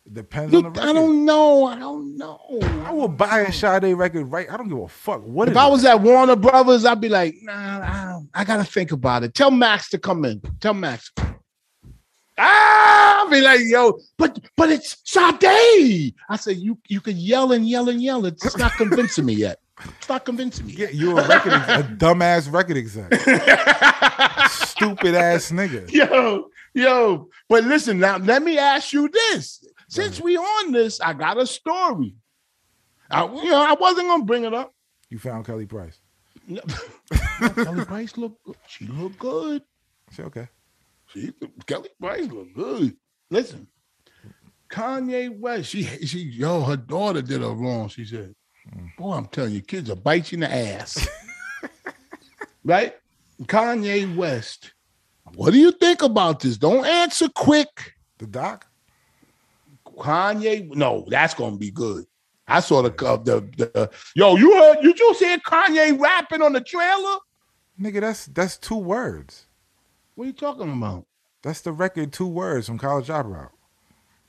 It depends Dude, on the record. I don't know. I don't know. I would buy a Sade record right. I don't give a fuck what if it I is. was at Warner Brothers, I'd be like, nah, I, don't- I gotta think about it. Tell Max to come in. Tell Max. Ah, I'll be like, yo, but but it's Sade. I said, you you could yell and yell and yell. It's not convincing me yet. It's not convincing me. Yeah, you a record, ex- a dumbass record exec, stupid ass nigga. yo, yo. But listen, now let me ask you this. Since we on this, I got a story. I, you know, I wasn't gonna bring it up. You found Kelly Price. No. Kelly Price look she look good. She okay. She- Kelly Price look good. Listen, Kanye West, she she yo, her daughter did her wrong. She said, Boy, I'm telling you, kids will bite you in the ass. right? Kanye West, what do you think about this? Don't answer quick. The doc? Kanye, no, that's gonna be good. I saw the uh, the, the yo, you heard you just hear Kanye rapping on the trailer? Nigga, that's that's two words. What are you talking about? That's the record two words from College Dropout.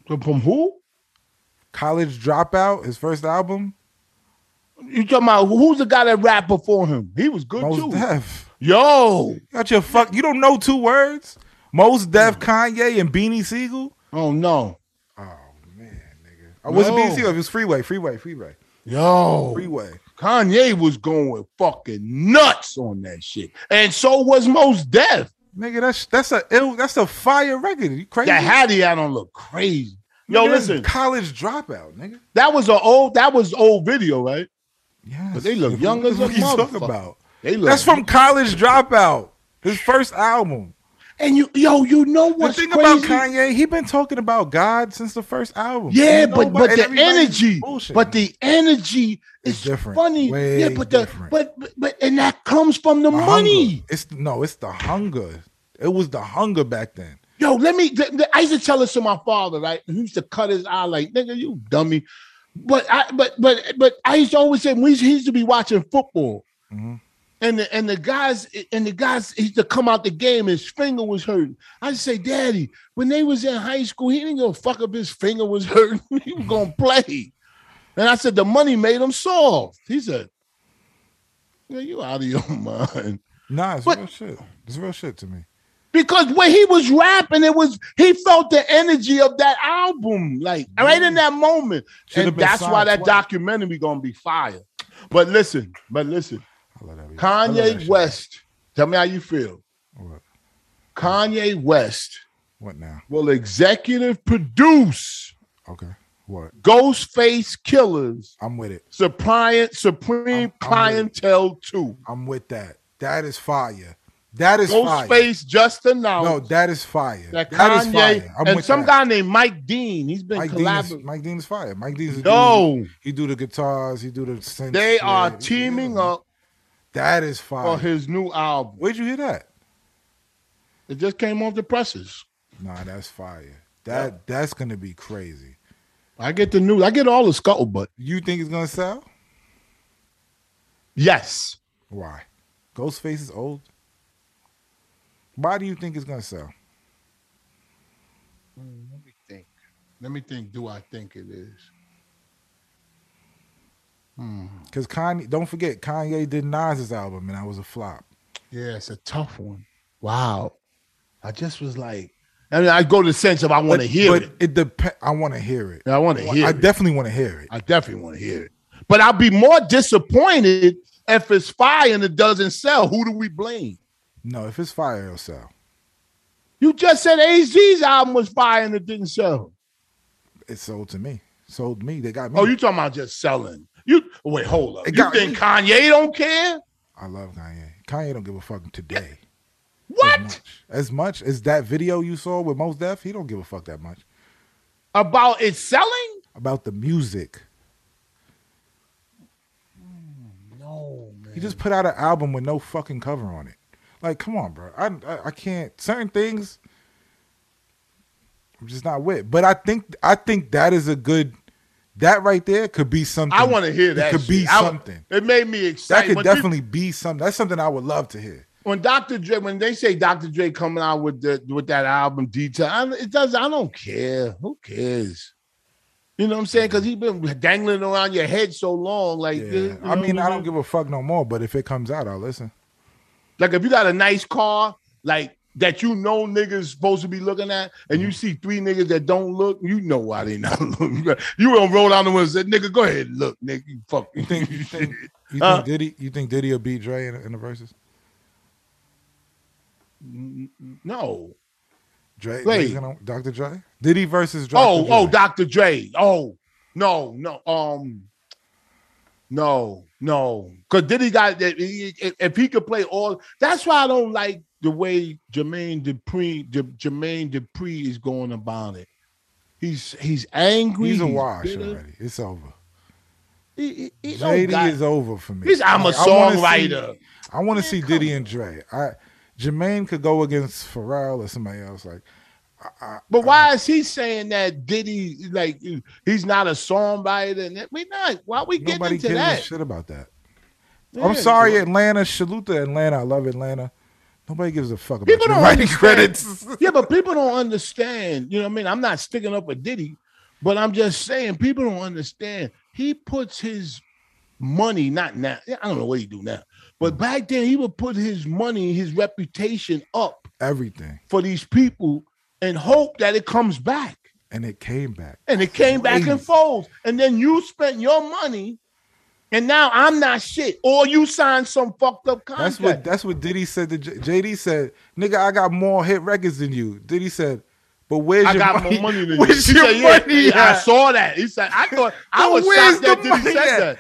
From, from who? College Dropout, his first album, You talking about who's the guy that rapped before him? He was good Most too. Def. Yo. Got your fuck you don't know two words? Most Def, Kanye, and Beanie Siegel? Oh no. Oh man, nigga. Oh, I wasn't No. Beanie Siegel, it was Freeway, Freeway, Freeway. Yo. Freeway. Kanye was going fucking nuts on that shit. And so was most death. Nigga, that's that's a ill, that's a fire record. You crazy? That Hattie I don't look crazy. Yo, Nigga, that's listen, College Dropout, nigga. that was an old that was old video, right? Yeah. But they look young as a What you talking motherfucker. about? They look That's from College Dropout, his first album. and you yo, you know what's the thing crazy? about Kanye, he been talking about God since the first album. Yeah, You know, but but and the everybody's energy, bullshitting. but the energy It's is different. funny. Way yeah, but the different. but but and that comes from the, The money. hunger. It's no, it's the hunger. It was the hunger back then. Yo, let me. th- th- I used to tell this to my father, right? He used to cut his eye, like nigga, you dummy. But I, but but but I used to always say we used- he used to be watching football, Mhm. and the, and the guys and the guys used to come out the game. His finger was hurting. I used to say, Daddy, when they was in high school, he didn't give a fuck if his finger was hurting. he was gonna play. And I said, the money made him soft. He said, "Yeah, you out of your mind." Nah, it's But- real shit. It's real shit to me. because when he was rapping, it was he felt the energy of that album, like right in that moment, Should have and Mm. been that's why signed that twice. documentary gonna be fire. But listen, but listen, I love that. I love that Kanye shit. West, tell me how you feel. What, Kanye West what now? will executive produce Okay, what? Ghostface Killers I'm with it. Supreme Supreme I'm- I'm with Clientele Two. I'm with that. That is fire. That is fire. Ghostface just announced No, that is fire. that that is Kanye fire. I'm and with some that. guy named Mike Dean. He's been Mike Dean, is, collaborating. Mike Dean is fire. Mike Dean is No. He do the guitars. He do the synths. They are Yeah, he- teaming yeah. up That is fire. for his new album. Where'd you hear that? It just came off the presses. Nah, that's fire. That that's gonna be crazy. I get the news. I get all the scuttlebutt. You think it's gonna sell? Yes. Why? Ghostface is old. Why do you think it's gonna sell? Let me think. Let me think. Do I think it is? Hmm. Because Kanye, don't forget, Kanye did Nas's album and that was a flop. Yeah, it's a tough one. Wow. I just was like, I mean, I go to the sense of I want to But- hear but it. it depends. I want to hear it. I want to hear I it. definitely want to hear it. I definitely want to hear it. But I'll be more disappointed if it's fire and it doesn't sell. Who do we blame? No, if it's fire, it'll sell. You just said AZ's album was fire and it didn't sell. It sold to me. Sold me. They got me. Oh, you talking about just selling? You wait, hold up. It You got think me. Kanye don't care? I love Kanye. Kanye don't give a fuck today. As What much, as much as that video you saw with Most Def, he don't give a fuck that much about it selling? about the music. Mm, No, man. He just put out an album with no fucking cover on it. Like, come on, bro. I I, I can't. Certain things, I'm just not with. But I think I think that is a good. That right there could be something. I want to hear It that. could be shit. I- something. it made me That excited. could when, peop- definitely be something. That's something I would love to hear. when Dr. Dre, when they say Dr. Dre coming out with the with that album detail, I, it does. I don't care. Who cares? You know what I'm saying? Because he's been dangling around your head so long. Like, Yeah. I mean, I don't give a fuck no more. But if it comes out, I'll listen. Like if you got a nice car, like that you know niggas supposed to be looking at, and Mm-hmm. you see three niggas that don't look, you know why they not looking. You don't roll down the window and say, "Nigga, go ahead, look, nigga, you fucking." You think you think, you Uh. think Diddy? You think Diddy will beat Dre in, in the verses? no. Dre, Wait. Dre's gonna- Dr. Dre, Diddy versus Dr. Oh, Dre. oh, Dr. Dre. Oh, no, no. Um, No, no, because Diddy got that. he- If if he could play all, that's why I don't like the way Jermaine Dupree. J- Jermaine Dupree is going about it. He's he's angry. He's a wash bitter. already. It's over. He, he, he don't JD got- is over for me. he's- I'm a Like, I wanna see- songwriter. I want to Man, see come Diddy and Dre. I Jermaine could go against Pharrell or somebody else. Like But why is he saying that Diddy like he's not a songwriter? And that- we not. Why we getting nobody into gives a that? shit about that. Yeah. I'm sorry, Atlanta. Salute to Atlanta. I love Atlanta. Nobody gives a fuck about People you don't writing understand. credits. yeah, but people don't understand. You know what I mean? I'm not sticking up for Diddy, but I'm just saying people don't understand. He puts his money, not now. I don't know what he do now, but back then he would put his money, his reputation up Everything, for these people and hope that it comes back. and it came back. And it came back and Crazy. forth. And then you spent your money. And now I'm not shit. Or you signed some fucked up contract. That's what that's what Diddy said to J- JD said, nigga, I got more hit records than you. Diddy said, but where's I your got money? more money than where's you. He your said, yeah, money? yeah, I at? saw that. He said, I thought I Then was where's shocked that the Diddy money said at? that.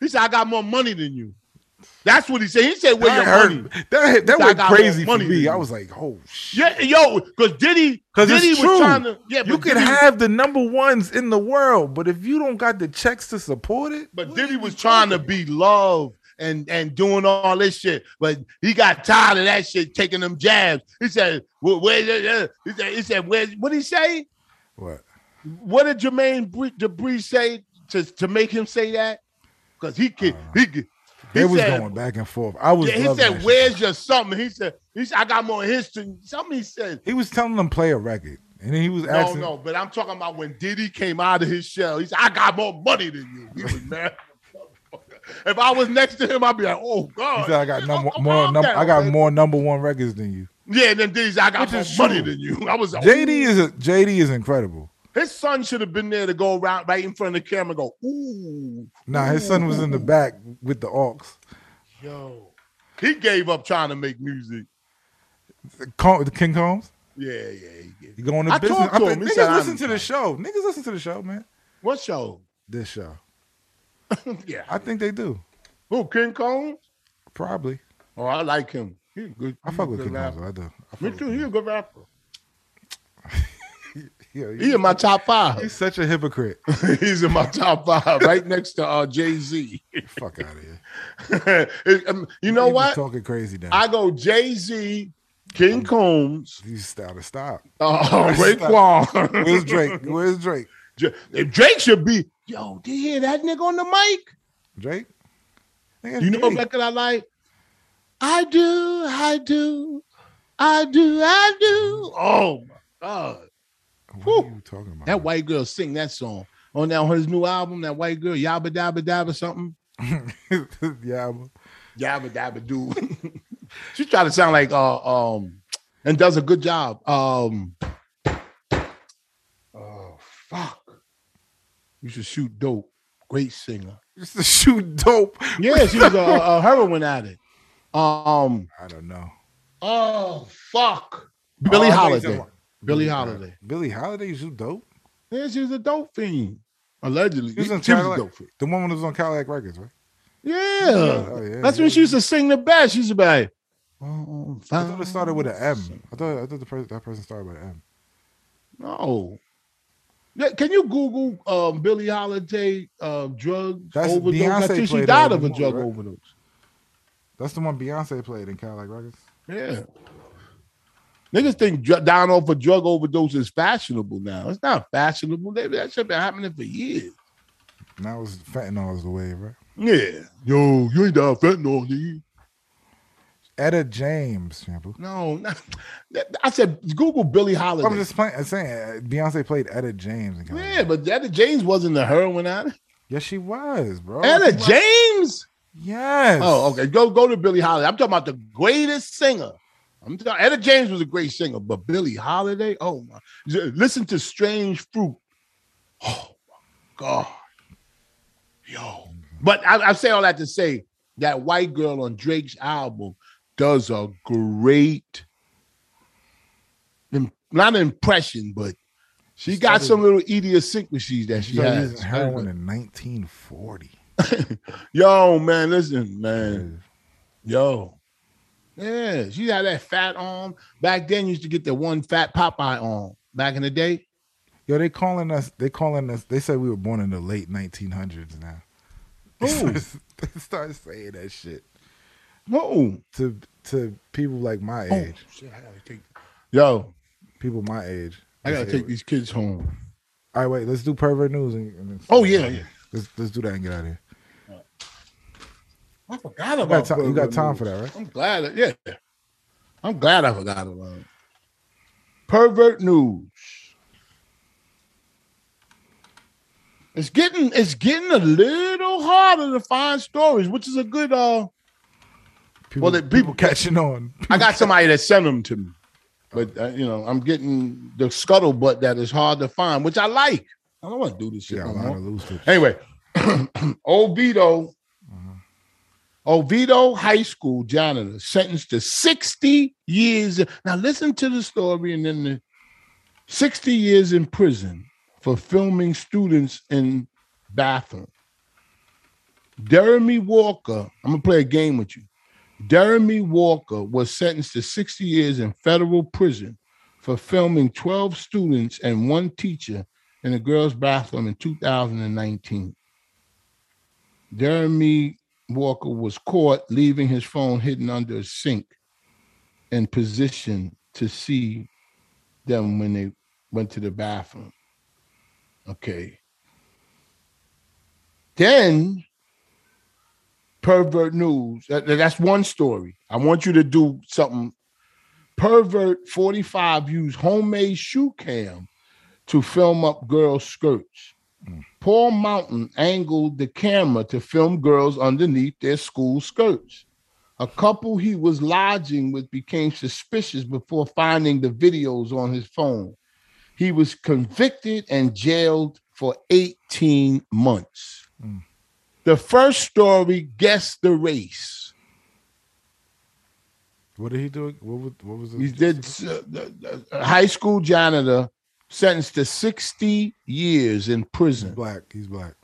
He said, I got more money than you. That's what he said. He said, where your That hurt. money? That hit- that I went got more crazy for money than me. I you. was like, oh shit. Yeah, yo, because Diddy, 'Cause it's Diddy was true. trying to. Yeah, You but could Diddy- have the number ones in the world, but if you don't got the checks to support it, But what Diddy you was trying to talking be loved and and doing all this shit. But he got tired of that shit, taking them jabs. He said, well, where, uh, uh," he said, he said, where, what did he say? about? What? What did Jermaine Bre- Debris say to, to make him say that? Because he could, he could. He They Uh, was said, going back and forth. I was. yeah, he loving that said, shit. "Where's your something?" He said, "He said I got more history." Something he said. He was telling them play a record, and then he was No, asking. no, but I'm talking about when Diddy came out of his shell. He said, "I got more money than you." He was mad. if I was next to him, I'd be like, "Oh He God!" said, "I got Oh, number oh, more. calm Num- down, I got man. more number one records than you." Yeah, and then Diddy said, "I got Which more is money true. than you." I was like, JD is a, JD is incredible. His son should have been there to go around right in front of the camera, and go, "Ooh." Nah, his son was in the ooh." back with the aux. Yo, he gave up trying to make music. Con- the King Combs, Yeah, yeah. He gave. you going to I business? talked to I him. He niggas said, "I'm listen to the fine." show. Niggas listen to the show, man. What show? This show, yeah. I think they do. Who King Kong? Probably, Oh, I like him. He a good. I he a fuck with good King Combs. rapper. though. I do. I fuck Me with too. King He a good rapper. Combs. Yeah, He in my top he's five. such a hypocrite. He's in my top five, right next to uh, Jay Z. fuck out of here. um, you know He was what? Talking crazy now. I go Jay Z, King Combs, you just gotta stop. uh, Where's Raekwon. Drake? Where's Drake? J- if Drake should be. Yo, did you hear that nigga on the mic? Drake? You know what Drake. record I like? I do, I do, I do, I do. Oh my god. What are Whew. you talking about? That white girl sing that song on that on his new album. That white girl, yabba dabba dabba something, yeah, I'm- yabba dabba doo. she try to sound like uh um, and does a good job. Um, oh fuck, you should shoot dope. Great singer. used to shoot dope. Yeah, she was a, a heroin addict. Um, I don't know. oh fuck, Billie Oh, I think Holiday. so. Billie Holiday. Billie Holiday you shoot dope. Yeah, she was a dope fiend. Allegedly, She was in she was a Cadillac- dope fiend. The woman was on Cadillac Records, right? Yeah. Oh, yeah. That's when she used to sing the best. She used to be like, "Oh, I thought it started with an M. I thought I thought the person that person started with an M. No. Yeah, Can you Google um, Billie Holiday uh, drug That's- overdose? Beyonce I think she played died her of in a the drug movie, right? overdose. That's the one Beyonce played in Cadillac Records. Yeah. Niggas think dr- down off a drug overdose is fashionable now. It's not fashionable. They- That shit been happening for years. Now it's fentanyl is the wave, right? Yeah. Yo, you ain't died of fentanyl, nigga. Etta James, shampoo. No, not, that- I said Google Billie Holiday. I'm just playing, saying uh, Beyonce played Etta James in Cadillac. yeah, but Etta James wasn't the heroin addict. Yes, she was, bro. Etta She was- James? Yes. Oh, okay. Go go to Billie Holiday. I'm talking about the greatest singer. I'm talking Etta James was a great singer, but Billie Holiday, oh my. J- Listen to Strange Fruit. Oh my God. Yo. But I, I say all that to say that white girl on Drake's album does a great im- not impression, but she got Started- some little idiosyncrasies that she So he has. was in heroin in 1940. Yo, man, listen, man. Yo. Yeah, she had that fat arm. Back then, you used to get the one fat Popeye arm. Back in the day, Yo, they calling us. They calling us. They said we were born in the late 1900s. Now, they Ooh. start, they start saying that shit no. to to people like my Oh, age. shit, I gotta take. Yo, People my age. I gotta They say- take these kids home. All right, wait. Let's do pervert news. And, and then- Oh yeah, yeah. Let's let's do that and get out of here. I forgot You about. got, ti- you got Pervert time News. for that, right? I'm glad. I- yeah, I'm glad I forgot about it. Pervert news. It's getting it's getting a little harder to find stories, which is a good. Uh, People, Well, the people- catching on. I got somebody that sent them to me, but uh, you know I'm getting the scuttlebutt that is hard to find, which I like. I don't want to do this shit. Yeah, no a lot more. of loose lips. Anyway, old Vito, Oviedo High School janitor sentenced to 60 years. Now listen to the story and then the 60 years in prison for filming students in bathroom. Jeremy Walker, I'm gonna play a game with you. Jeremy Walker was sentenced to 60 years in federal prison for filming 12 students and one teacher in a girls' bathroom in 2019. Jeremy Walker was caught leaving his phone hidden under a sink in position to see them when they went to the bathroom. Okay. Then pervert news. That- that's one story. I want you to do something. Pervert 45 used homemade shoe cam to film up girls' skirts. Paul Mountain angled the camera to film girls underneath their school skirts. A couple he was lodging with became suspicious before finding the videos on his phone. He was convicted and jailed for 18 months. Mm. The first story guess the race. What did he do? What was what was He it? did uh, the- the high school janitor sentenced to 60 years in prison. Black. He's black.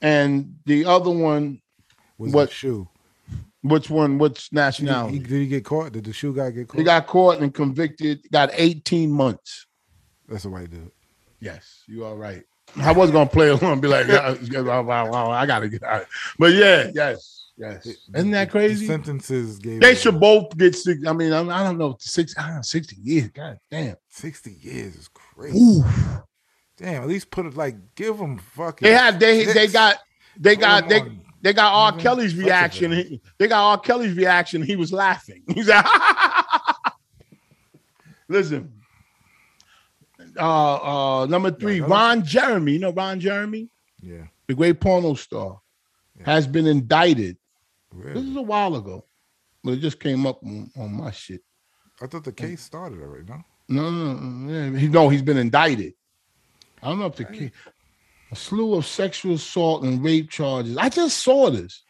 and the other one, What- Was what shoe? which one, which Did he- he, nationality? did he get caught? Did the shoe guy get caught? He got caught and convicted, got 18 months. That's a white dude. Yes, you are right. I was gonna play along and be like, yeah, wow, wow, wow, I gotta get out. But yeah, yes, yes. Isn't that The- the crazy? sentences gave. They it- should both get six. I mean, I I don't know, six, I don't know, 60 years. God damn. Sixty years is crazy. Ooh. Damn. At least put it like give him fucking. They had, they, they six. got, they Put got, him they, on. They got R. Even Kelly's such a reaction. thing. He- They got R. Kelly's reaction. He was laughing. He's like, listen. Uh, uh, number three, that was- Ron Jeremy. You know Ron Jeremy, Yeah. the great porno star, Yeah. has been indicted. This Really? is a while ago, but it just came up on, on my shit. I thought the case started already. No. No, no, no, no, he, no, he's been indicted. I don't know if the Right. kid, a slew of sexual assault and rape charges. I just saw this.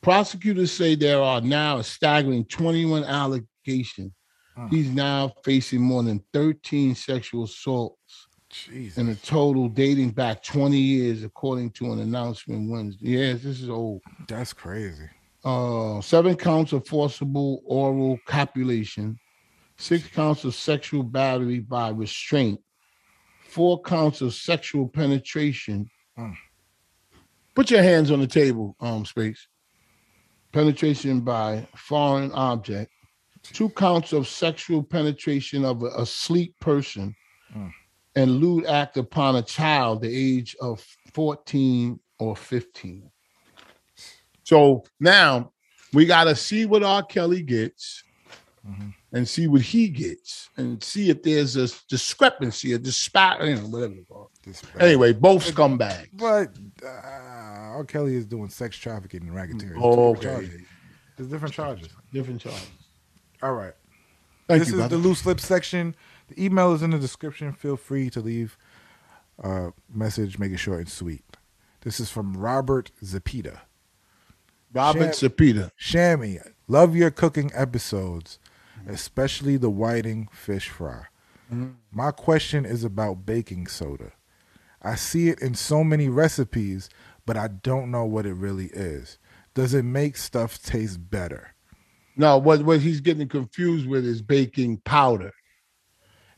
Prosecutors say there are now a staggering 21 allegations. Hmm. He's now facing more than 13 sexual assaults Jesus. in a total dating back 20 years, according to an announcement Wednesday. Yes, this is old That's crazy. uh, seven counts of forcible oral copulation, six counts of sexual battery by restraint, four counts of sexual penetration. Mm. Put your hands on the table, um, space. Penetration by foreign object, two counts of sexual penetration of a asleep person, Mm. and lewd act upon a child the age of 14 or 15. So now we gotta see what R. Kelly gets Mhm. and see what he gets and see if there's a discrepancy, a disparity, you know, whatever it's called. This Anyway, both scumbag. But uh, R. Kelly is doing sex trafficking and racketeering. It's Okay. different charges. There's different charges. Different charge. All right. Thank this you, is brother. the loose lips section. The email is in the description. Feel free to leave a message, make it short and sweet. This is from Robert Zapita. Robert Sham- Sapita. Shammy, love your cooking episodes, especially the whiting fish fry. Mhm. My question is about baking soda. I see it in so many recipes, but I don't know what it really is. Does it make stuff taste better? No, what what he's getting confused with is baking powder.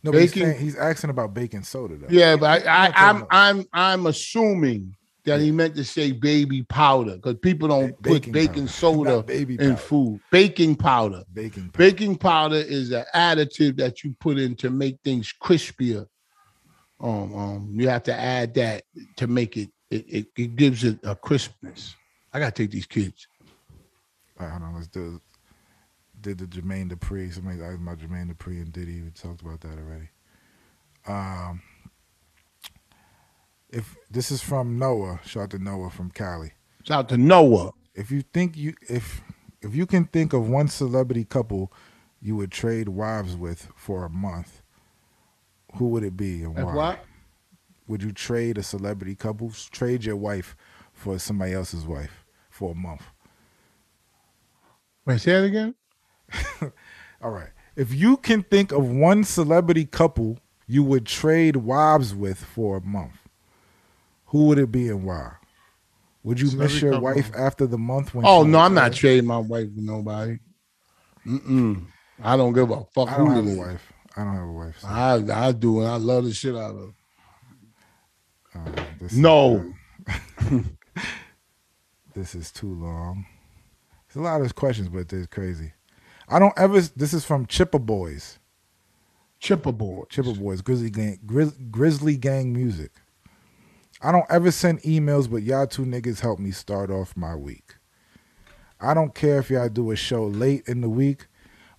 No, but he's, Baking- saying- he's asking about baking soda though. Yeah, but I, I, Okay, I'm no. I'm I'm assuming that he meant to say baby powder because people don't Ba- put baking baking powder. soda Not baby in powder. food. Baking powder. baking powder. Baking powder is an additive that you put in to make things crispier. Um, um, you have to add that to make it. It, it, it gives it a crispness. I gotta take these kids. All right, hold on, let's do. Did the Jermaine Dupri? Somebody asked about Jermaine Dupri and Diddy. We talked about that already. Um, if this is from Noah, shout out to Noah from Cali. Shout out to Noah. If you think you if if you can think of one celebrity couple you would trade wives with for a month, who would it be and That's why? what? Would you trade a celebrity couple? Trade your wife for somebody else's wife for a month? Wait, say that again. All right. If you can think of one celebrity couple you would trade wives with for a month, who would it be and why? Would you Celebrity miss your couple. wife after the month when? Oh she no, I'm not retired? trading my wife with nobody. Mm-mm. I don't give a fuck I who don't it have is. a wife. I don't have a wife. so, I I do, and I love the shit out of. her. uh, this is- No, this is too long. There's a lot of questions, but they're crazy. I don't ever. This is from Chipper Boys. chipper board. Chipper Boys, Grizzly Gang, Grizz, Grizzly Gang Music. I don't ever send emails, but y'all two niggas help me start off my week. I don't care if y'all do a show late in the week,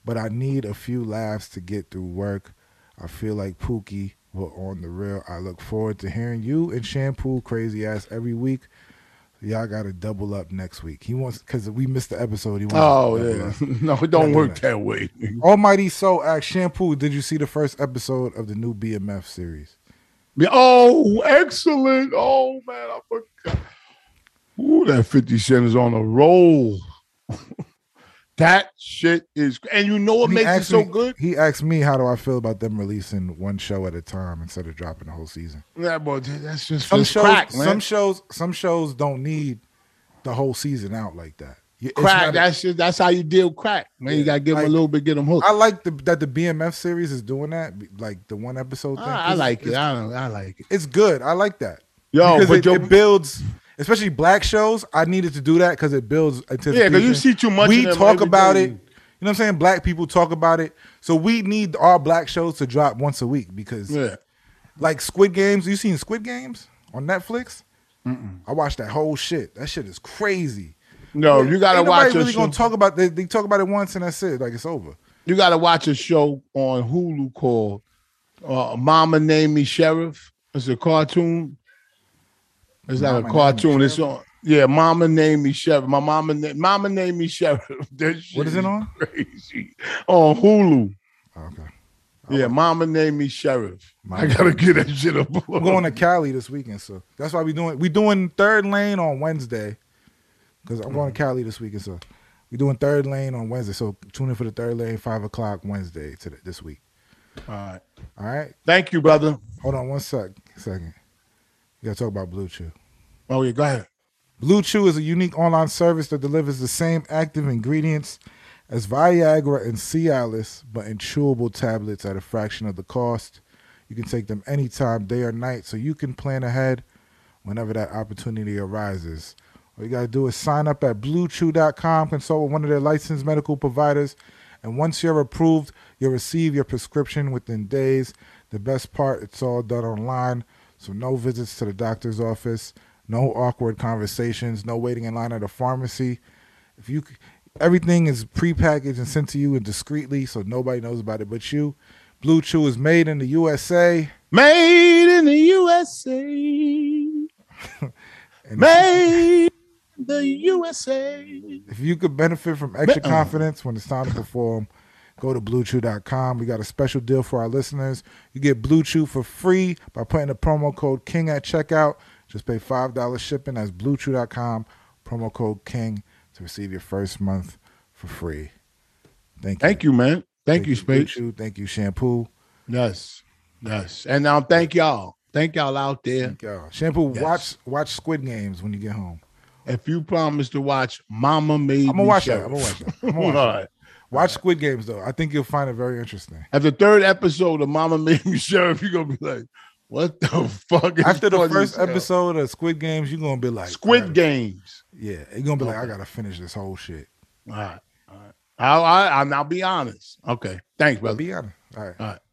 but I need a few laughs to get through work. I feel like Pookie, but on the real, I look forward to hearing you and Shampoo crazy ass every week. Y'all got to double up next week. He wants because we missed the episode. He wants. Oh us to yeah, double up. no, it don't no, work no. that way. Almighty Soul asked Shampoo, did you see the first episode of the new BMF series? Oh, excellent. Oh man, I forgot. Ooh, that 50 Cent is on a roll. that shit is and you know what He makes it asked so me- good? He asked me, "How do I feel about them releasing one show at a time instead of dropping the whole season?" Yeah, but that's just Some it's shows, crack, man. some shows, some shows don't need the whole season out like that. You- it's crack. not a- That's just, that's how you deal crack. Man, you Yeah, gotta give them like- a little bit, get them hooked. I like the, that the BMF series is doing that, be- like the one episode I, thing. Ah, I It's- like it. It's, I don't. I like it. it's good. I like that Yo, because but it, your, it builds, especially black shows. I needed to do that because it builds anticipation. yeah, because you see too much. of we them talk every about day. it. You know what I'm saying? Black people talk about it. So we need our black shows to drop once a week because Yeah, like Squid Games. You seen Squid Games on Netflix? I watched that whole shit. That shit is crazy. no, Oh, you gotta Ain't watch Nobody a really show. gonna talk about they, they talk about it once and that's it. Like it's over. you gotta watch a show on Hulu called uh, "Mama Named Me Sheriff." It's a cartoon. It's not Mama a Named Me cartoon. It's Sheriff? on. Yeah, Mama Named Me Sheriff. My mama, na- Mama Named Me Sheriff. That shit What is it on? Crazy on Hulu. Oh, okay. Yeah, Mama Named Me Sheriff. I Mama gotta get that shit up. We're going to Cali this weekend, so that's why we doing we doing third lane on Wednesday. Cause I'm Mm. going to Cali this weekend, so we doing third lane on Wednesday. So tune in for the third lane, five o'clock Wednesday to the, this week. All right. All right. Thank you, brother. Hold on one sec second. We gotta talk about Blue Chew. Oh yeah, go ahead. Blue Chew is a unique online service that delivers the same active ingredients as Viagra and Cialis, but in chewable tablets at a fraction of the cost. You can take them anytime, day or night, so you can plan ahead whenever that opportunity arises. All you gotta do is sign up at bluechew.com, consult with one of their licensed medical providers, and once you're approved, you'll receive your prescription within days. The best part, it's all done online, so no visits to the doctor's office, no awkward conversations, no waiting in line at a pharmacy. If you, c- everything is prepackaged and sent to you and discreetly, so nobody knows about it but you. Blue Chew is made in the USA. Made in the USA. And Made in the USA. If you could benefit from extra Be- uh. confidence when it's time to perform, go to bluechew.com. We got a special deal for our listeners. You get Blue Chew for free by putting the promo code KING at checkout. Just pay $5 shipping. That's bluechew.com, promo code KING to receive your first month for free. Thank you. Thank you, man. Thank you, Blue Space. Chew. Thank you, Shampoo. Yes. Yes. And now thank y'all. Thank y'all out there. Yo, shampoo. Yes. Watch watch Squid Games when you get home. If you promise to watch Mama Made I'm Me gonna Mm-hmm. watch Sheriff. that. I'm gonna watch that. I'm gonna watch All that. right. Watch Squid Games though. I think you'll find it very interesting. At the third episode of Mama Made Me Sheriff, you're gonna be like, what the fuck? is After the on this first show? episode of Squid Games, you're gonna be like Squid "Alright, Games. Yeah, you're gonna be like, I gotta finish this whole shit. All right. All right. I, I, I'll, I'll be honest. Okay. Thanks, brother. Be honest. All right. All right.